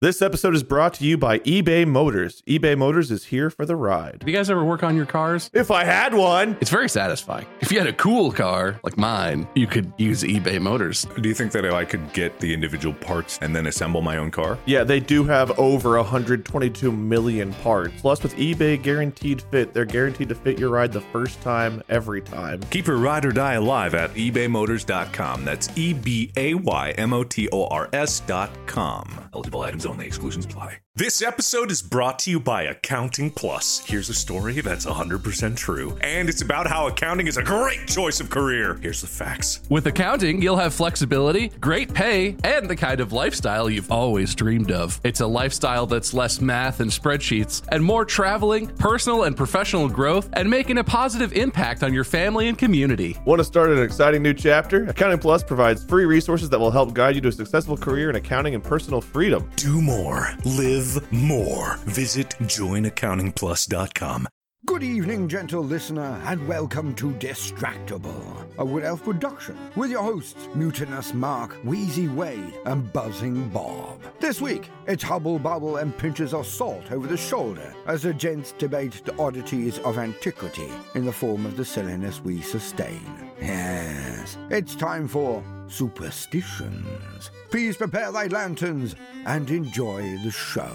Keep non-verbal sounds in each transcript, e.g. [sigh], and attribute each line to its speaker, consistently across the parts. Speaker 1: This episode is brought to you by eBay Motors. eBay Motors is here for the ride.
Speaker 2: Do you guys ever work on your cars?
Speaker 1: If I had one,
Speaker 2: It's very satisfying. If you had a cool car like mine, you could use eBay Motors.
Speaker 3: Do you think that I could get the individual parts and then assemble my own car?
Speaker 1: yeah, they do have over 122 million parts. Plus, with eBay Guaranteed Fit, they're guaranteed to fit your ride the first time, every time.
Speaker 3: Keep your ride or die alive at
Speaker 4: e
Speaker 3: ebaymotors.com. That's E B A Y M O T O R S.com. Eligible items only, exclusions apply.
Speaker 4: This episode is brought to you by Accounting Plus. Here's a story that's 100% true, and it's about how accounting is a great choice of career. Here's the facts.
Speaker 2: With accounting, you'll have flexibility, great pay, and the kind of lifestyle you've always dreamed of. It's a lifestyle that's less math and spreadsheets and more traveling, personal and professional growth, and making a positive impact on your family and community.
Speaker 1: Want to start an exciting new chapter? Accounting Plus provides free resources that will help guide you to a successful career in accounting and personal freedom.
Speaker 4: Do more, live more. Visit joinaccountingplus.com.
Speaker 5: Good evening, gentle listener, and welcome to Distractable, a Wood Elf production with your hosts, Mutinous Mark, Wheezy Wade, and Buzzing Bob. This week, it's Hubble Bubble and Pinches of Salt over the shoulder as the gents debate the oddities of antiquity in the form of the silliness we sustain. Yes, it's time for Superstitions. Please prepare thy lanterns and enjoy the show.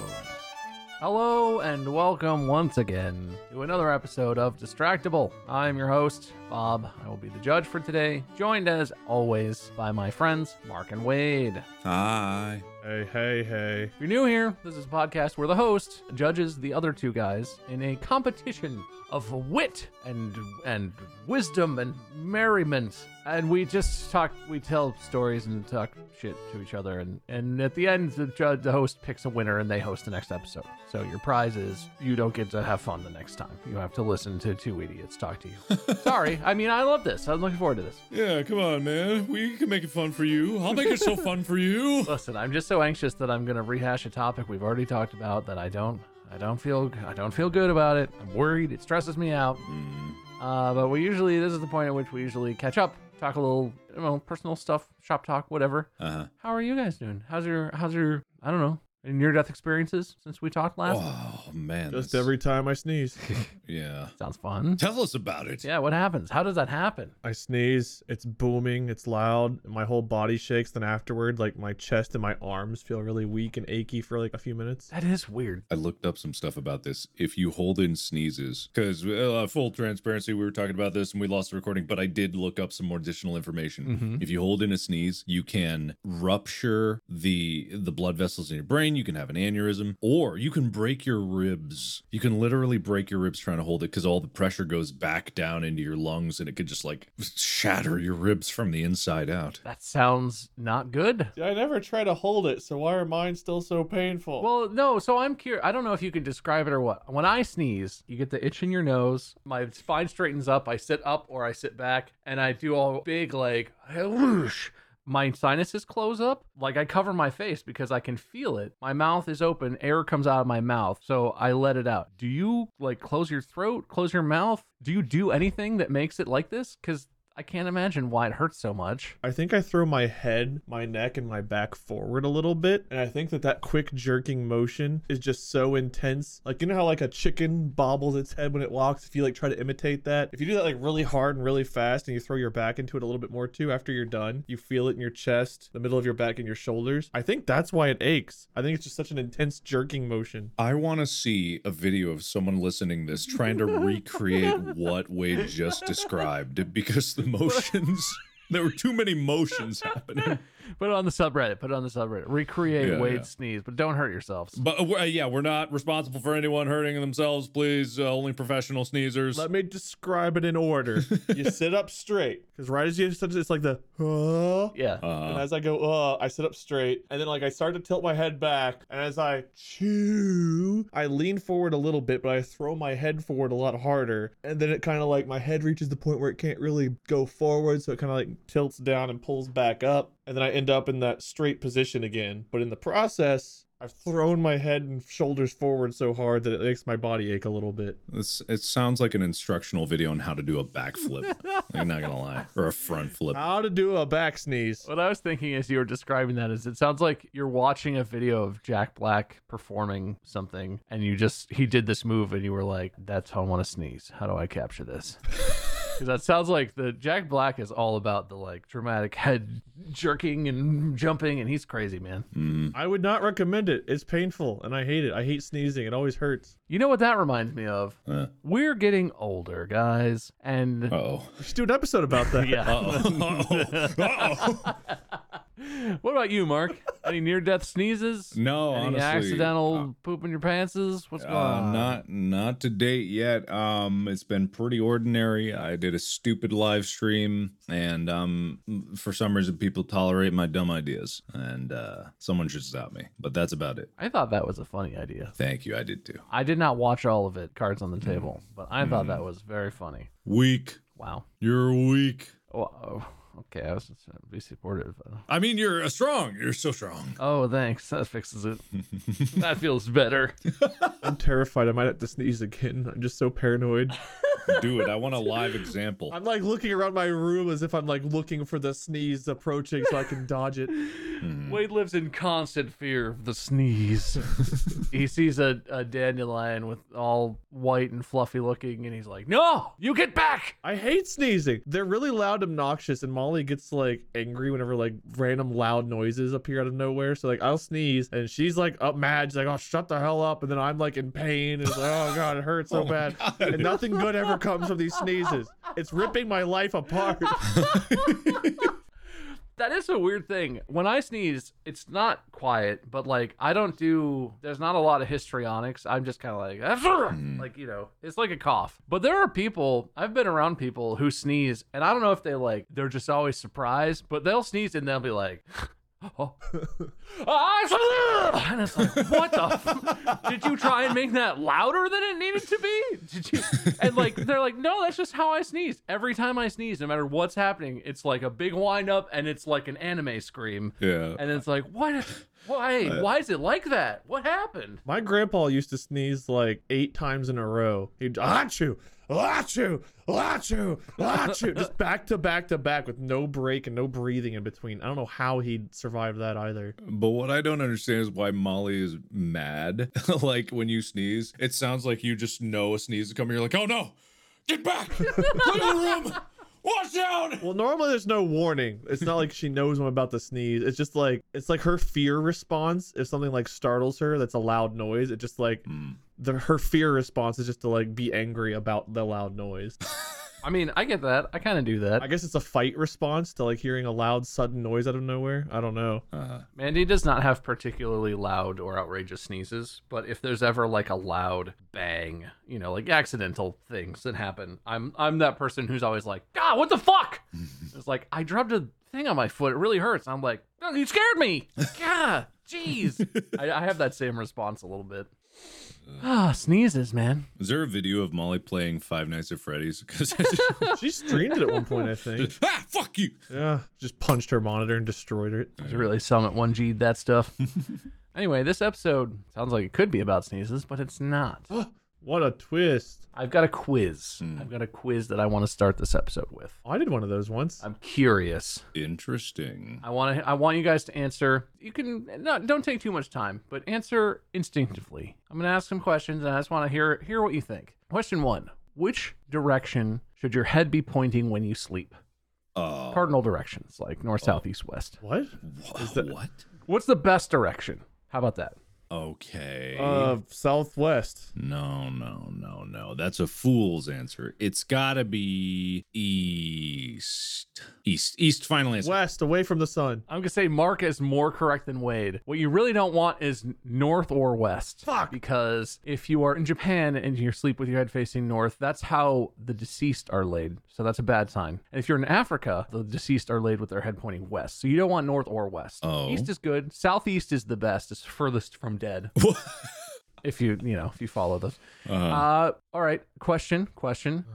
Speaker 6: Hello and welcome once again to another episode of Distractable. I'm your host, Bob. I will be the judge for today, joined as always by my friends, Mark and Wade.
Speaker 3: Hi.
Speaker 1: Hey, hey, hey.
Speaker 6: If you're new here, this is a podcast where the host judges the other two guys in a competition of wit and and wisdom and merriment. And we just talk, we tell stories and talk shit to each other. And, and at the end, the judge, the host picks a winner and they host the next episode. So your prize is you don't get to have fun the next time. You have to listen to two idiots talk to you. Sorry. I mean, I love this. I'm looking forward to this.
Speaker 7: Yeah, come on, man. We can make it fun for you. I'll make it so fun for you.
Speaker 6: Listen, I'm just so anxious that I'm gonna rehash a topic we've already talked about that I don't, I don't feel, I don't feel good about it. I'm worried. It stresses me out.
Speaker 7: Mm.
Speaker 6: Uh, but we usually, this is the point at which we usually catch up, talk a little, you know, personal stuff, shop talk, whatever.
Speaker 3: Uh-huh.
Speaker 6: How are you guys doing? How's your, how's your, I don't know, near death experiences since we talked last?
Speaker 7: Oh man,
Speaker 1: Just
Speaker 7: that's-
Speaker 1: every time I sneeze, [laughs]
Speaker 7: yeah.
Speaker 6: Sounds fun.
Speaker 7: Tell us about it.
Speaker 6: Yeah, what happens? How does that happen?
Speaker 1: I sneeze, it's booming, it's loud, and my whole body shakes. Then afterward, like my chest and my arms feel really weak and achy for like a few minutes.
Speaker 6: That is weird.
Speaker 8: I looked up some stuff about this. If you hold in sneezes, because uh, full transparency, we were talking about this and we lost the recording, but I did look up some more additional information. If you hold in a sneeze, you can rupture the the blood vessels in your brain. You can have an aneurysm, or you can break your ribs. You can literally break your ribs trying to hold it because all the pressure goes back down into your lungs, and it could just like shatter your ribs from the inside out.
Speaker 6: That sounds not good.
Speaker 1: I never try to hold it, so why are mine still so painful?
Speaker 6: Well, no, so I'm curious. I don't know if you can describe it or what. When I sneeze, you get the itch in your nose. My spine straightens up. I sit up or I sit back and I do all big, like, whoosh. My sinuses close up. Like I cover my face because I can feel it. My mouth is open. Air comes out of my mouth. So I let it out. Do you like close your throat, close your mouth? Do you do anything that makes it like this? Because I can't imagine why it hurts so much.
Speaker 1: I think I throw my head, my neck, and my back forward a little bit, and I think that that quick jerking motion is just so intense. Like you know how like a chicken bobbles its head when it walks. If you like try to imitate that, if you do that like really hard and really fast, and you throw your back into it a little bit more too, after you're done, you feel it in your chest, the middle of your back, and your shoulders. I think that's why it aches. I think it's just such an intense jerking motion.
Speaker 8: I want to see a video of someone listening to this trying to recreate what Wade just described because the motions [laughs] there were too many motions happening.
Speaker 6: Put it on the subreddit. Put it on the subreddit. Recreate
Speaker 8: Yeah,
Speaker 6: Wade
Speaker 8: yeah.
Speaker 6: sneeze, but don't hurt yourselves.
Speaker 8: But uh, we're- uh, yeah, we're not responsible for anyone hurting themselves. Please, uh, only professional sneezers.
Speaker 1: Let me describe it in order. you sit up [laughs] straight, because right as you sit, it's like the. "Huh?"
Speaker 6: Yeah.
Speaker 1: And as I go, uh, I sit up straight, and then like I start to tilt my head back, and as I chew, I lean forward a little bit, but I throw my head forward a lot harder, and then it kind of like my head reaches the point where it can't really go forward, so it kind of like tilts down and pulls back up, and then I end up in that straight position again. But in the process, I've thrown my head and shoulders forward so hard that it makes my body ache a little bit.
Speaker 8: This, it sounds like an instructional video on how to do a backflip. I'm not gonna lie, or a front flip.
Speaker 1: How to do a back sneeze?
Speaker 6: What I was thinking as you were describing that is it sounds like you're watching a video of Jack Black performing something and you just he did this move and you were like, That's how I want to sneeze. How do I capture this?
Speaker 8: [laughs]
Speaker 6: Because that sounds like the Jack Black is all about the like dramatic head jerking and jumping and he's crazy, man.
Speaker 1: I would not recommend it. It's painful, and I hate it. I hate sneezing. It always hurts.
Speaker 6: You know what that reminds me of?
Speaker 8: Uh.
Speaker 6: We're getting older, guys. And
Speaker 8: Oh,
Speaker 1: We should do an episode about that.
Speaker 6: [laughs] yeah. [laughs] what about you, Mark? Any near death sneezes?
Speaker 8: uh, no,
Speaker 6: Any
Speaker 8: honestly,
Speaker 6: accidental poop in your pantses? What's going on?
Speaker 8: Uh, not not to date yet. Um, it's been pretty ordinary. I did a stupid live stream, and um, for some reason, people tolerate my dumb ideas, and uh, someone should stop me. But that's about it.
Speaker 6: I thought that was a funny idea.
Speaker 8: Thank you. I did too.
Speaker 6: I did not watch all of it, Cards on the Table, but I thought that was very funny.
Speaker 8: Weak.
Speaker 6: Wow.
Speaker 8: You're weak.
Speaker 6: Whoa. Okay, I was just trying to be supportive.
Speaker 8: I mean, you're uh, strong. You're so strong.
Speaker 6: Oh, thanks. [laughs] That fixes it. that feels better.
Speaker 1: I'm terrified. I might have to sneeze again. I'm just so paranoid.
Speaker 8: Do it. I want a live example.
Speaker 1: I'm like looking around my room as if I'm like looking for the sneeze approaching so I can dodge [laughs] it.
Speaker 6: Wade lives in constant fear of the sneeze. he sees a, a dandelion with all white and fluffy looking, and he's like, No, you get back.
Speaker 1: I hate sneezing. They're really loud, obnoxious, and Molly gets like angry whenever like random loud noises appear out of nowhere. So like I'll sneeze and she's like up mad. She's like, "Oh, shut the hell up!" And then I'm like in pain and it's like, [laughs] "Oh god, it hurts so bad." And nothing good ever comes from these sneezes. It's ripping my life apart.
Speaker 6: That is a weird thing. When I sneeze, it's not quiet, but like I don't do. There's not a lot of histrionics. I'm just kind of like, [laughs] like you know, it's like a cough. But there are people. I've been around people who sneeze, and I don't know if they like. They're just always surprised, but they'll sneeze and they'll be like. Oh. [laughs] Ah, and it's like, what the? F- Did you try and make that louder than it needed to be? Did you? And like, they're like, no, that's just how I sneeze. Every time I sneeze, no matter what's happening, it's like a big wind up and it's like an anime scream.
Speaker 8: Yeah.
Speaker 6: And it's like, what? Why? Why is it like that? What happened?
Speaker 1: My grandpa used to sneeze like eight times in a row. He'd achoo, achoo, achoo, [laughs] achoo, just back to back to back with no break and no breathing in between. I don't know how he survived that either.
Speaker 8: But what I don't understand is why Molly is mad. [laughs] like when you sneeze, it sounds like you just know a sneeze is coming. You're like, oh no,
Speaker 1: [laughs]
Speaker 8: get back, leave the room, watch out.
Speaker 1: Well, normally there's no warning. It's not like she knows I'm about to sneeze. It's just like it's like her fear response. If something like startles her, that's a loud noise. It just like the her fear response is just to like be angry about the loud noise.
Speaker 6: I mean, I get that. I kind of do
Speaker 1: I
Speaker 6: that.
Speaker 1: guess it's a fight response to like hearing a loud sudden noise out of nowhere. I don't know.
Speaker 6: Mandy does not have particularly loud or outrageous sneezes, but if there's ever like a loud bang, you know, like accidental things that happen, I'm I'm that person who's always like, God, what the fuck? it's like I dropped a thing on my foot. It really hurts. I'm like, no, you scared me. God, jeez. I, I have that same response a little bit. Ah, sneezes, man.
Speaker 8: Is there a video of Molly playing Five Nights at Freddy's? [laughs] Because
Speaker 1: [laughs] She streamed it at one [laughs] point, I think.
Speaker 8: ah, fuck you.
Speaker 1: Yeah, just punched her monitor and destroyed it. [gasps]
Speaker 6: There's really some at 1G that stuff. anyway, this episode sounds like it could be about sneezes, but it's not.
Speaker 1: What a twist.
Speaker 2: I've got a quiz. I've got a quiz that I want to start this episode with.
Speaker 1: I did one of those once.
Speaker 2: I'm curious.
Speaker 8: Interesting.
Speaker 2: I want to. I want you guys to answer. You can not don't take too much time, but answer instinctively. I'm going to ask some questions, and I just want to hear hear what you think. Question one: Which direction should your head be pointing when you sleep?
Speaker 8: Uh,
Speaker 2: Cardinal directions, like north, south, east, west.
Speaker 1: What?
Speaker 8: wha-
Speaker 1: Is that-
Speaker 8: what?
Speaker 2: What's the best direction? How about that?
Speaker 8: Okay.
Speaker 1: Uh, Southwest.
Speaker 8: no, no, no, no. That's a fool's answer. It's gotta be east. East. East. Final answer.
Speaker 1: West, away from the sun.
Speaker 2: I'm gonna say Mark is more correct than Wade. What you really don't want is north or west. Fuck. Because if you are in Japan and you sleep with your head facing north, that's how the deceased are laid. So that's a bad sign. And if you're in Africa, the deceased are laid with their head pointing west. So you don't want north or west.
Speaker 8: Oh.
Speaker 2: East is good. Southeast is the best. It's furthest from dead. if you you know if you follow those. Uh, all right. Question. Question.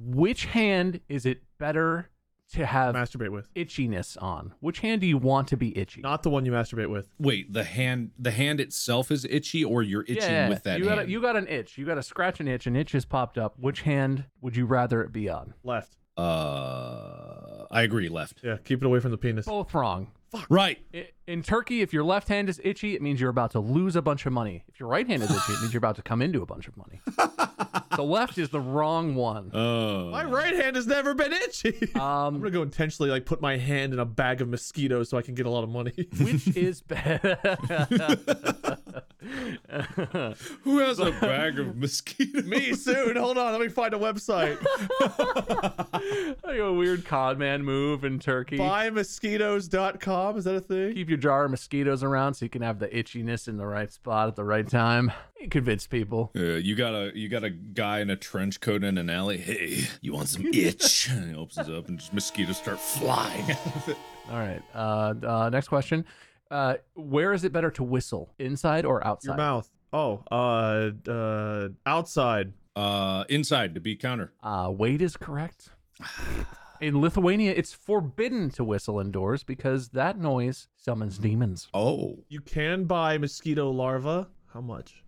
Speaker 2: Which hand is it better to have
Speaker 1: Masturbate with.
Speaker 2: itchiness on. Which hand do you want to be itchy?
Speaker 1: Not the one you masturbate with.
Speaker 8: Wait. The hand. The hand itself is itchy, or you're itching with that
Speaker 2: you got
Speaker 8: hand.
Speaker 2: A, you got an itch. You got a scratch an itch. An itch has popped up. Which hand would you rather it be on?
Speaker 1: Left.
Speaker 8: uh, I agree. Left.
Speaker 1: Yeah, keep it away from the penis.
Speaker 2: Both wrong.
Speaker 8: Right.
Speaker 2: I- In Turkey, if your left hand is itchy, it means you're about to lose a bunch of money. If your right hand is itchy, it means you're about to come into a bunch of
Speaker 8: [laughs]
Speaker 2: money. the left is the wrong one.
Speaker 8: Oh.
Speaker 1: My right hand has never been itchy. [laughs] I'm
Speaker 2: Um,
Speaker 1: gonna go intentionally like put my hand in a bag of mosquitoes so I can get a lot of [laughs] money.
Speaker 2: which
Speaker 8: [laughs]
Speaker 2: is [laughs] better?
Speaker 8: Who has a bag of mosquitoes?
Speaker 1: Me
Speaker 8: [laughs]
Speaker 1: soon. Hold on, let me find a [laughs] website.
Speaker 2: like a weird con man move in Turkey.
Speaker 1: Buymosquitoes.com. Is that a thing?
Speaker 2: Keep your jar of mosquitoes around so you can have the itchiness in the right spot at the right time. You convince people.
Speaker 8: Uh, you got a you got a guy in a trench coat in an alley. Hey, you want some itch? [laughs] and he opens up and just mosquitoes start flying. [laughs] out of it.
Speaker 2: All right. Uh, uh, next question. Uh, where is it better to whistle, inside or
Speaker 1: Your
Speaker 2: outside?
Speaker 1: mouth. Oh, uh, uh, outside.
Speaker 8: uh, inside to be counter.
Speaker 2: Uh, Wade is correct. [sighs] In Lithuania, it's forbidden to whistle indoors because that noise summons demons.
Speaker 8: Oh,
Speaker 1: You can buy mosquito larvae. How much?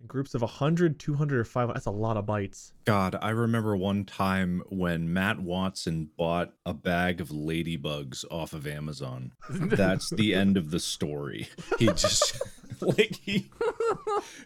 Speaker 1: In groups of 100, 200, or 500. That's a lot of bites.
Speaker 8: God, I remember one time when Matt Watson bought a bag of ladybugs off of Amazon. That's [laughs] the end of the story. He just [laughs] like he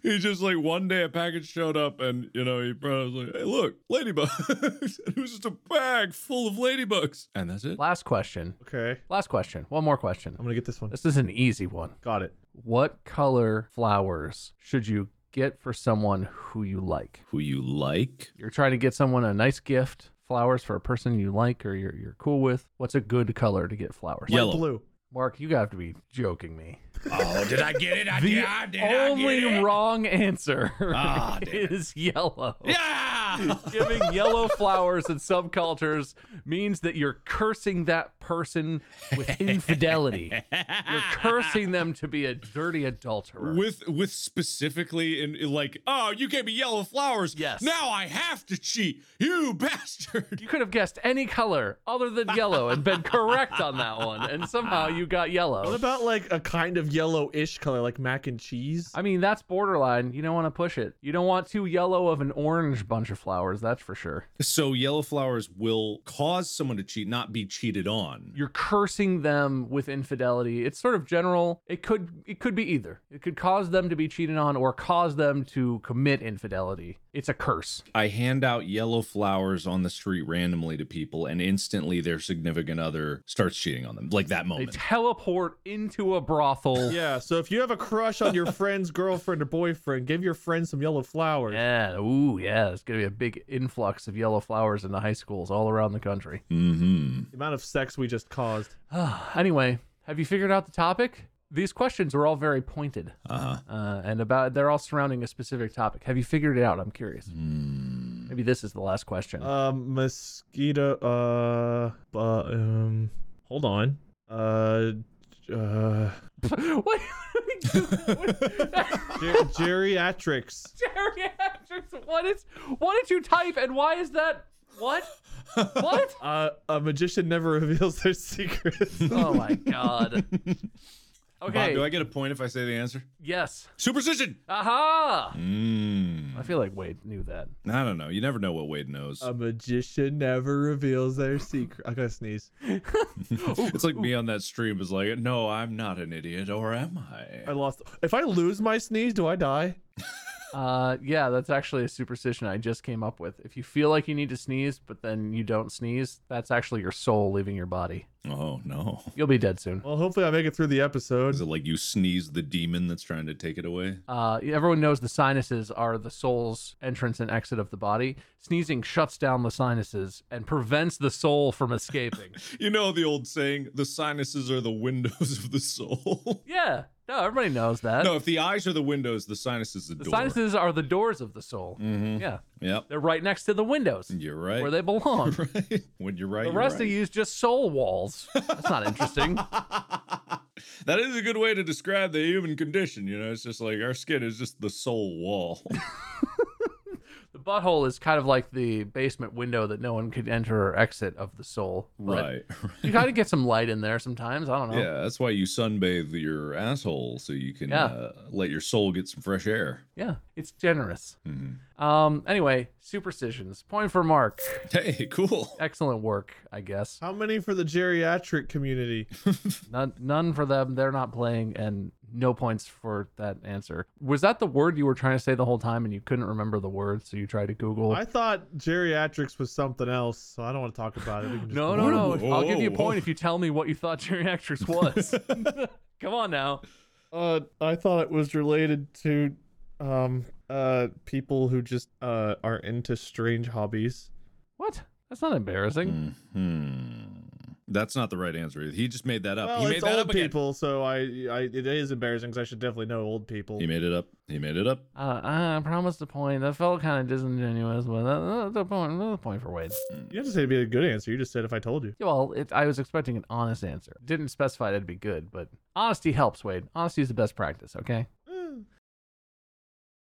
Speaker 8: he just like one day a package showed up and you know he probably was like, "Hey, look, ladybugs." [laughs] it was just a bag full of ladybugs, and that's it.
Speaker 2: Last question.
Speaker 1: Okay.
Speaker 2: Last question. One more question.
Speaker 1: I'm gonna get this one.
Speaker 2: This is an easy one.
Speaker 1: Got it.
Speaker 2: What color flowers should you get for someone who you like?
Speaker 8: Who you like?
Speaker 2: You're trying to get someone a nice gift, flowers for a person you like or you're, you're cool with. What's a good color to get flowers?
Speaker 8: Yellow.
Speaker 1: Blue.
Speaker 2: Mark, you have to be joking me.
Speaker 8: Oh, did I get it? I
Speaker 2: The
Speaker 8: did. I did. I
Speaker 2: only
Speaker 8: did it.
Speaker 2: wrong answer
Speaker 8: Ah, damn it.
Speaker 2: is yellow.
Speaker 8: [laughs] Yeah.
Speaker 2: Giving yellow flowers in subcultures means that you're cursing that person with
Speaker 8: [laughs]
Speaker 2: infidelity. you're cursing them to be a dirty adulterer.
Speaker 8: with with specifically in in like oh you gave me yellow flowers
Speaker 2: Yes.
Speaker 8: now i have to cheat you [laughs] bastard
Speaker 2: you could have guessed any color other than yellow and been correct on that one, and somehow you got
Speaker 1: What
Speaker 2: yellow.
Speaker 1: about like a kind of yellow-ish color, like mac and cheese?
Speaker 2: I mean, that's borderline. You don't want to push it. You don't want too yellow of an orange bunch of flowers, that's for sure.
Speaker 8: so yellow flowers will cause someone to cheat not be cheated on
Speaker 2: you're cursing them with infidelity. It's sort of general. It could it could be either. It could cause them to be cheated on or cause them to commit infidelity. It's a curse.
Speaker 8: i hand out yellow flowers on the street randomly to people and instantly their significant other starts cheating on them like that
Speaker 2: They
Speaker 8: moment
Speaker 2: teleport into a
Speaker 1: [laughs]
Speaker 2: brothel.
Speaker 1: Yeah, so if you have a crush
Speaker 2: [laughs]
Speaker 1: on your friend's girlfriend or boyfriend, give your friend some yellow flowers.
Speaker 2: Yeah. Ooh, yeah. There's gonna be a big influx of yellow flowers into high schools all around the country.
Speaker 8: mm-hmm
Speaker 1: The amount of sex we
Speaker 2: [laughs]
Speaker 1: just caused.
Speaker 2: [sighs] anyway, have you figured out the topic? These questions are all very pointed,
Speaker 8: uh-huh
Speaker 2: uh, and about they're all surrounding a specific topic. Have you figured it out? I'm curious. Maybe this is the last question.
Speaker 1: Um, mosquito. Uh, bu- um, hold on. Uh, uh,
Speaker 2: [laughs] what? [laughs]
Speaker 1: ger- geriatrics.
Speaker 2: geriatrics. What is? What did you type, and why is that?
Speaker 6: [laughs]
Speaker 2: What? What?
Speaker 1: [laughs]
Speaker 6: Oh
Speaker 1: Uh, a magician never reveals their secrets.
Speaker 2: Oh my god!
Speaker 6: Okay.
Speaker 8: Bob, do I get a point if I say the answer?
Speaker 6: yes.
Speaker 8: Superstition.
Speaker 6: Aha!
Speaker 8: Mm,
Speaker 6: I feel like Wade knew that.
Speaker 8: I don't know. You never know what Wade knows.
Speaker 2: Uh,
Speaker 1: A magician never reveals their secret. I gotta sneeze.
Speaker 8: it's like me on that stream is like, no, I'm not an idiot, or am
Speaker 1: I
Speaker 8: I?
Speaker 1: lost. If I lose my sneeze, do I die?
Speaker 6: Uh, yeah, that's actually a superstition I just came up with. If you feel like you need to sneeze, but then you don't sneeze, that's actually your soul leaving your body.
Speaker 8: Oh no.
Speaker 6: You'll be dead soon.
Speaker 1: Well, hopefully I make it through the episode.
Speaker 8: Is it like you sneeze the demon that's trying to take it away?
Speaker 6: Uh, everyone knows the sinuses are the soul's entrance and exit of the body. Sneezing shuts down the sinuses and prevents the soul from
Speaker 8: [laughs]
Speaker 6: escaping.
Speaker 8: You know the old saying, the sinuses are the windows [laughs] of the soul.
Speaker 6: yeah, no, everybody knows that.
Speaker 8: no, if the eyes are the windows, the sinus is the,
Speaker 6: the
Speaker 8: door.
Speaker 6: sinuses are the doors of the soul. Yeah,
Speaker 8: Yep.
Speaker 6: they're right next to the windows
Speaker 8: You're right.
Speaker 6: where they
Speaker 8: [laughs]
Speaker 6: belong.
Speaker 8: right. When you're right,
Speaker 6: The
Speaker 8: you're
Speaker 6: rest
Speaker 8: right.
Speaker 6: of you is just soul
Speaker 8: [laughs]
Speaker 6: walls. That's not interesting.
Speaker 8: That is a good way to describe the human condition. You know, it's just like our skin is just the
Speaker 6: [laughs]
Speaker 8: soul wall.
Speaker 6: The butthole is kind of like the basement window that no one could enter or exit of the soul. But
Speaker 8: right.
Speaker 6: You gotta get some light in there sometimes. I don't know.
Speaker 8: Yeah, that's why you sunbathe your asshole so you can
Speaker 6: Yeah.
Speaker 8: uh, let your soul get some fresh air.
Speaker 6: Yeah, it's generous.
Speaker 8: Mm-hmm.
Speaker 6: Um. Anyway, superstitions. Point for Mark.
Speaker 8: Hey, cool.
Speaker 6: Excellent work, I guess.
Speaker 1: How many for the geriatric community?
Speaker 6: None, none for them. They're not playing, and no points for that answer. Was that the word you were trying to say the whole time, and you couldn't remember the word, so you tried to Google?
Speaker 1: I thought geriatrics was something else, so I don't want to talk about it. We can just
Speaker 6: No,
Speaker 1: move
Speaker 6: no,
Speaker 1: on.
Speaker 6: no. I'll give you a
Speaker 8: Whoa.
Speaker 6: point if you tell me what you thought [laughs] geriatrics
Speaker 8: [laughs]
Speaker 6: was. Come on now.
Speaker 1: Uh, I thought it was related to, um, uh, people who just uh are into strange hobbies.
Speaker 6: What? That's not
Speaker 8: Mm.
Speaker 6: embarrassing.
Speaker 8: Hmm. That's not the right answer. He just made that up.
Speaker 1: Well,
Speaker 8: he made
Speaker 1: it's
Speaker 8: that
Speaker 1: old
Speaker 8: up again.
Speaker 1: people, so I, I, it is embarrassing because I should definitely know old people.
Speaker 8: He made it up. He made it up.
Speaker 6: Uh, I promised a point. That felt kind of disingenuous, but that, that's a point. Another point for Wade.
Speaker 1: You have to say it'd be a good answer. You just said if I told you.
Speaker 6: Yeah, well, it, I was expecting an honest answer. Didn't specify that'd be good, but honesty helps, Wade. Honesty is the best practice. Okay.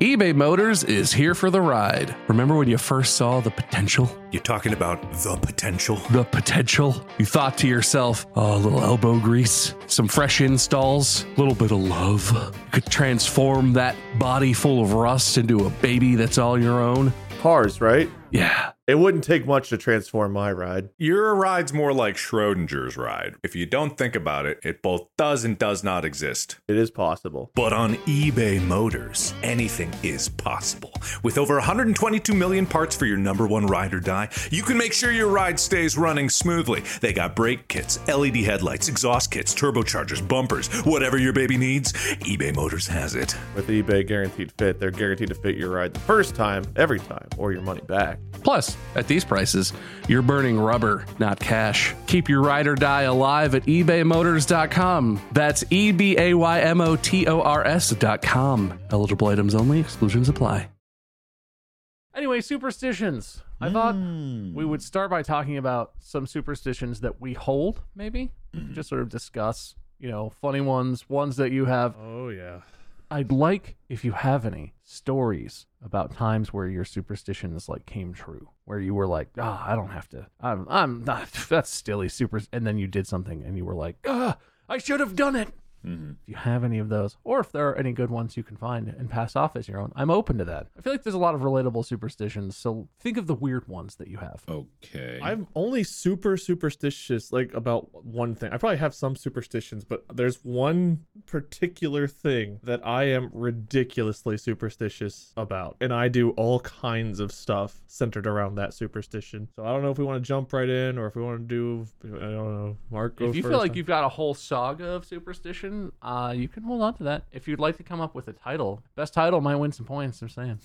Speaker 2: eBay Motors is here for the ride. Remember when you first saw the potential?
Speaker 3: You're talking about the potential.
Speaker 2: The potential? You thought to yourself, oh, a little elbow grease, some fresh installs, a little bit of love. You could transform that body full of rust into a baby that's all your own.
Speaker 1: Cars, right?
Speaker 2: Yeah.
Speaker 1: It wouldn't take much to transform my ride.
Speaker 3: Your ride's more like Schrodinger's ride. If you don't think about it, it both does and does not exist.
Speaker 1: It is possible.
Speaker 3: But on eBay Motors, anything is possible. With over 122 million parts for your number one ride or die, you can make sure your ride stays running smoothly. They got brake kits, LED headlights, exhaust kits, turbochargers, bumpers, whatever your baby needs, eBay Motors has it.
Speaker 1: With eBay Guaranteed Fit, they're guaranteed to fit your ride the first time, every time, or your money back.
Speaker 2: Plus, at these prices, you're burning rubber, not cash. Keep your ride or die alive at e ebaymotors.com. That's E B A Y M O T O R S.com. Eligible items only, exclusions apply.
Speaker 6: Anyway, superstitions. I thought we would start by talking about some superstitions that we hold, maybe. We could Just sort of discuss, you know, funny ones, ones that you have.
Speaker 1: Oh, yeah.
Speaker 6: I'd like if you have any stories about times where your superstitions like came true, where you were like, "Ah, I don't have to. I'm [laughs] I'm not that's silly super." And then you did something and you were like, "Ah, I should have done it." If you have any of those, or if there are any good ones you can find and pass off as your own, I'm open to that. I feel like there's a lot of relatable superstitions, so think of the weird ones that you have.
Speaker 8: Okay.
Speaker 1: I'm only super superstitious like about one thing. I probably have some superstitions, but there's one particular thing that I am ridiculously superstitious about, and I do all kinds of stuff centered around that superstition. So I don't know if we want to jump right in or if we want to do I don't know. Mark, go
Speaker 6: if you
Speaker 1: first.
Speaker 6: feel like you've got a whole saga of superstition, uh, you can hold on to that. If you'd like to come up with a title, best title might win some points. I'm saying.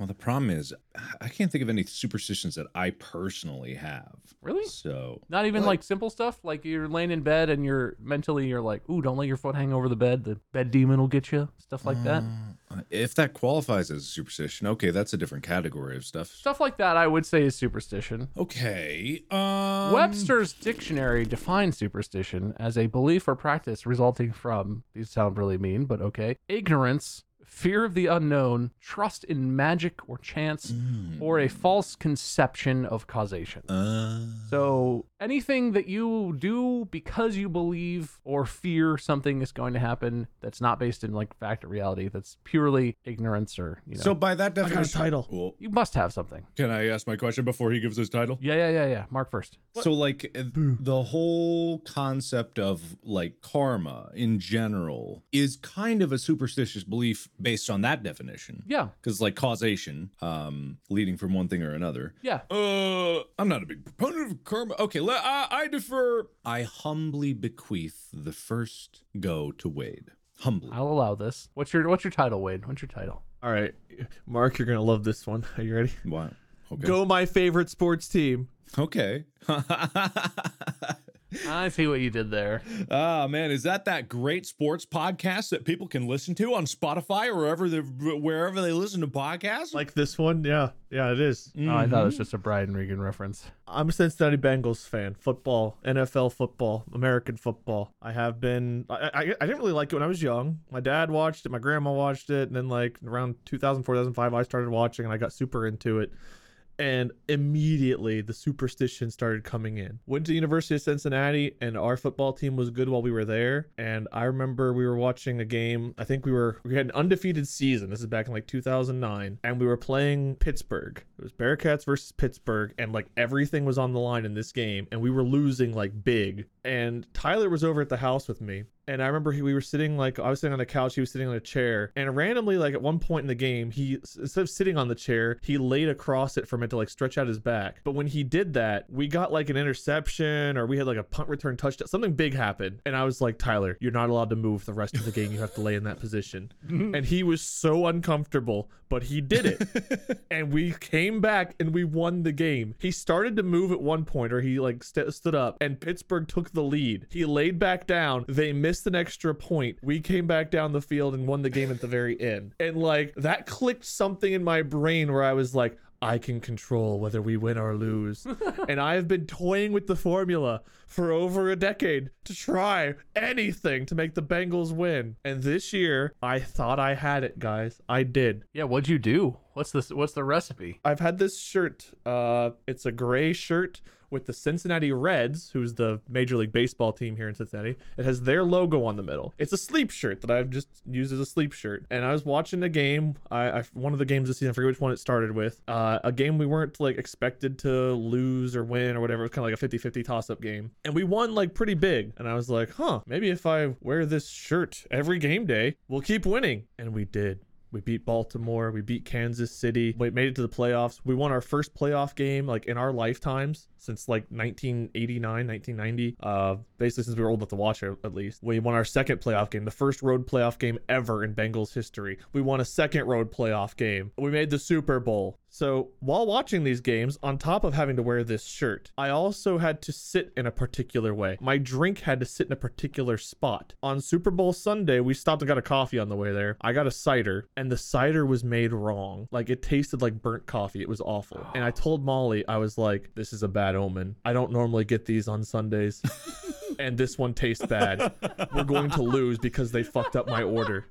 Speaker 8: well, the problem is, I can't think of any superstitions that I personally have.
Speaker 6: Really?
Speaker 8: So
Speaker 6: Not even like simple stuff. Like you're laying in bed and you're mentally you're like, ooh, don't let your foot hang over the bed. The bed demon will get you. Stuff like that.
Speaker 8: uh, if that qualifies as a superstition, okay, that's a different category of stuff.
Speaker 6: Stuff like that, I would say is superstition.
Speaker 8: Okay. Um,
Speaker 6: Webster's dictionary defines superstition as a belief or practice resulting from, these sound really mean, but okay, ignorance, fear of the unknown, trust in magic or chance, or a false conception of causation.
Speaker 8: Mm. Uh,
Speaker 6: So anything that you do because you believe or fear something is going to happen that's not based in like fact or reality, that's purely ignorance or, you know,
Speaker 8: So by that definition,
Speaker 1: title.
Speaker 8: Well,
Speaker 6: you must have something.
Speaker 7: Can I ask my question before he gives his title?
Speaker 6: Yeah, yeah, yeah, yeah. Mark first.
Speaker 8: So like uh,
Speaker 6: Hmm.
Speaker 8: the whole concept of like karma in general is kind of a superstitious belief based on that definition.
Speaker 6: Yeah.
Speaker 8: Cuz like causation um leading from one thing or another.
Speaker 6: Yeah.
Speaker 8: Uh I'm not a big proponent of karma. Okay, le- I, I defer. I humbly bequeath the first go to Wade. Humbly.
Speaker 6: I'll allow this. What's your what's your title, Wade? What's your title?
Speaker 1: All right. Mark, you're going to love this one. [laughs] Are you ready?
Speaker 8: Wow. Okay.
Speaker 1: Go my favorite sports team.
Speaker 8: Okay. [laughs]
Speaker 6: I see what you did there.
Speaker 8: Ah, man, is that that great sports podcast that people can listen to on Spotify or wherever they wherever they listen to podcasts?
Speaker 1: Like this one? Yeah. Yeah, it is.
Speaker 6: Oh, I thought it was just a Brian Regan reference.
Speaker 1: I'm a Cincinnati Bengals fan. Football, NFL football, American football. I have been. I, I, I didn't really like it when I was young. My dad watched it. My grandma watched it. And then like around 2004, 2005, I started watching and I got super into it. And immediately the superstition started coming in. Went to the University of Cincinnati and our football team was good while we were there. And I remember we were watching a game. I think we were we had an undefeated season. This is back in like 2009, and we were playing Pittsburgh. It was Bearcats versus Pittsburgh, and like everything was on the line in this game, and we were losing like big. And Tyler was over at the house with me, and I remember he, we were sitting like I was sitting on the couch, he was sitting on a chair, and randomly like at one point in the game, he s- instead of sitting on the chair, he laid across it for me to like stretch out his back. But when he did that, we got like an interception or we had like a punt return touchdown, something big happened, and I was like, Tyler, you're not allowed to move the rest of the game. You have to lay in that position, and he was so uncomfortable, but he did it, and we came back and we won the game. He started to move at one point, or he like st- stood up, and Pittsburgh took the lead. He laid back down. They missed an extra point. We came back down the field and won the game at the very end. And like that clicked something in my brain where I was like, I can control whether we win or lose. and I have been toying with the formula for over a decade to try anything to make the Bengals win. And this year, I thought I had it, guys. I did.
Speaker 6: Yeah, what'd you do? What's this? What's the recipe?
Speaker 1: I've had this shirt. Uh, it's a gray shirt with the Cincinnati Reds, who's the Major League Baseball team here in Cincinnati. It has their logo on the middle. It's a sleep shirt that I've just used as a sleep shirt. And I was watching a game. I, I one of the games this season. I forget which one it started with. Uh, a game we weren't like expected to lose or win or whatever. It was kind of like a 50-50 toss-up game, and we won like pretty big. And I was like, huh, maybe if I wear this shirt every game day, we'll keep winning. And we did. We beat Baltimore. We beat Kansas City. We made it to the playoffs. We won our first playoff game like in our lifetimes since like 1989, 1990. Uh, basically since we were old enough to watch it, at least. We won our second playoff game, the first road playoff game ever in Bengals history. We won a second road playoff game. We made the Super Bowl. So while watching these games, on top of having to wear this shirt, I also had to sit in a particular way. My drink had to sit in a particular spot. On Super Bowl Sunday, we stopped and got a coffee on the way there. I got a cider, and the cider was made wrong. Like it tasted like burnt coffee. It was awful. And I told Molly, I was like, this is a bad omen. I don't normally get these on Sundays. and this one tastes bad. We're going to lose because they fucked up my order.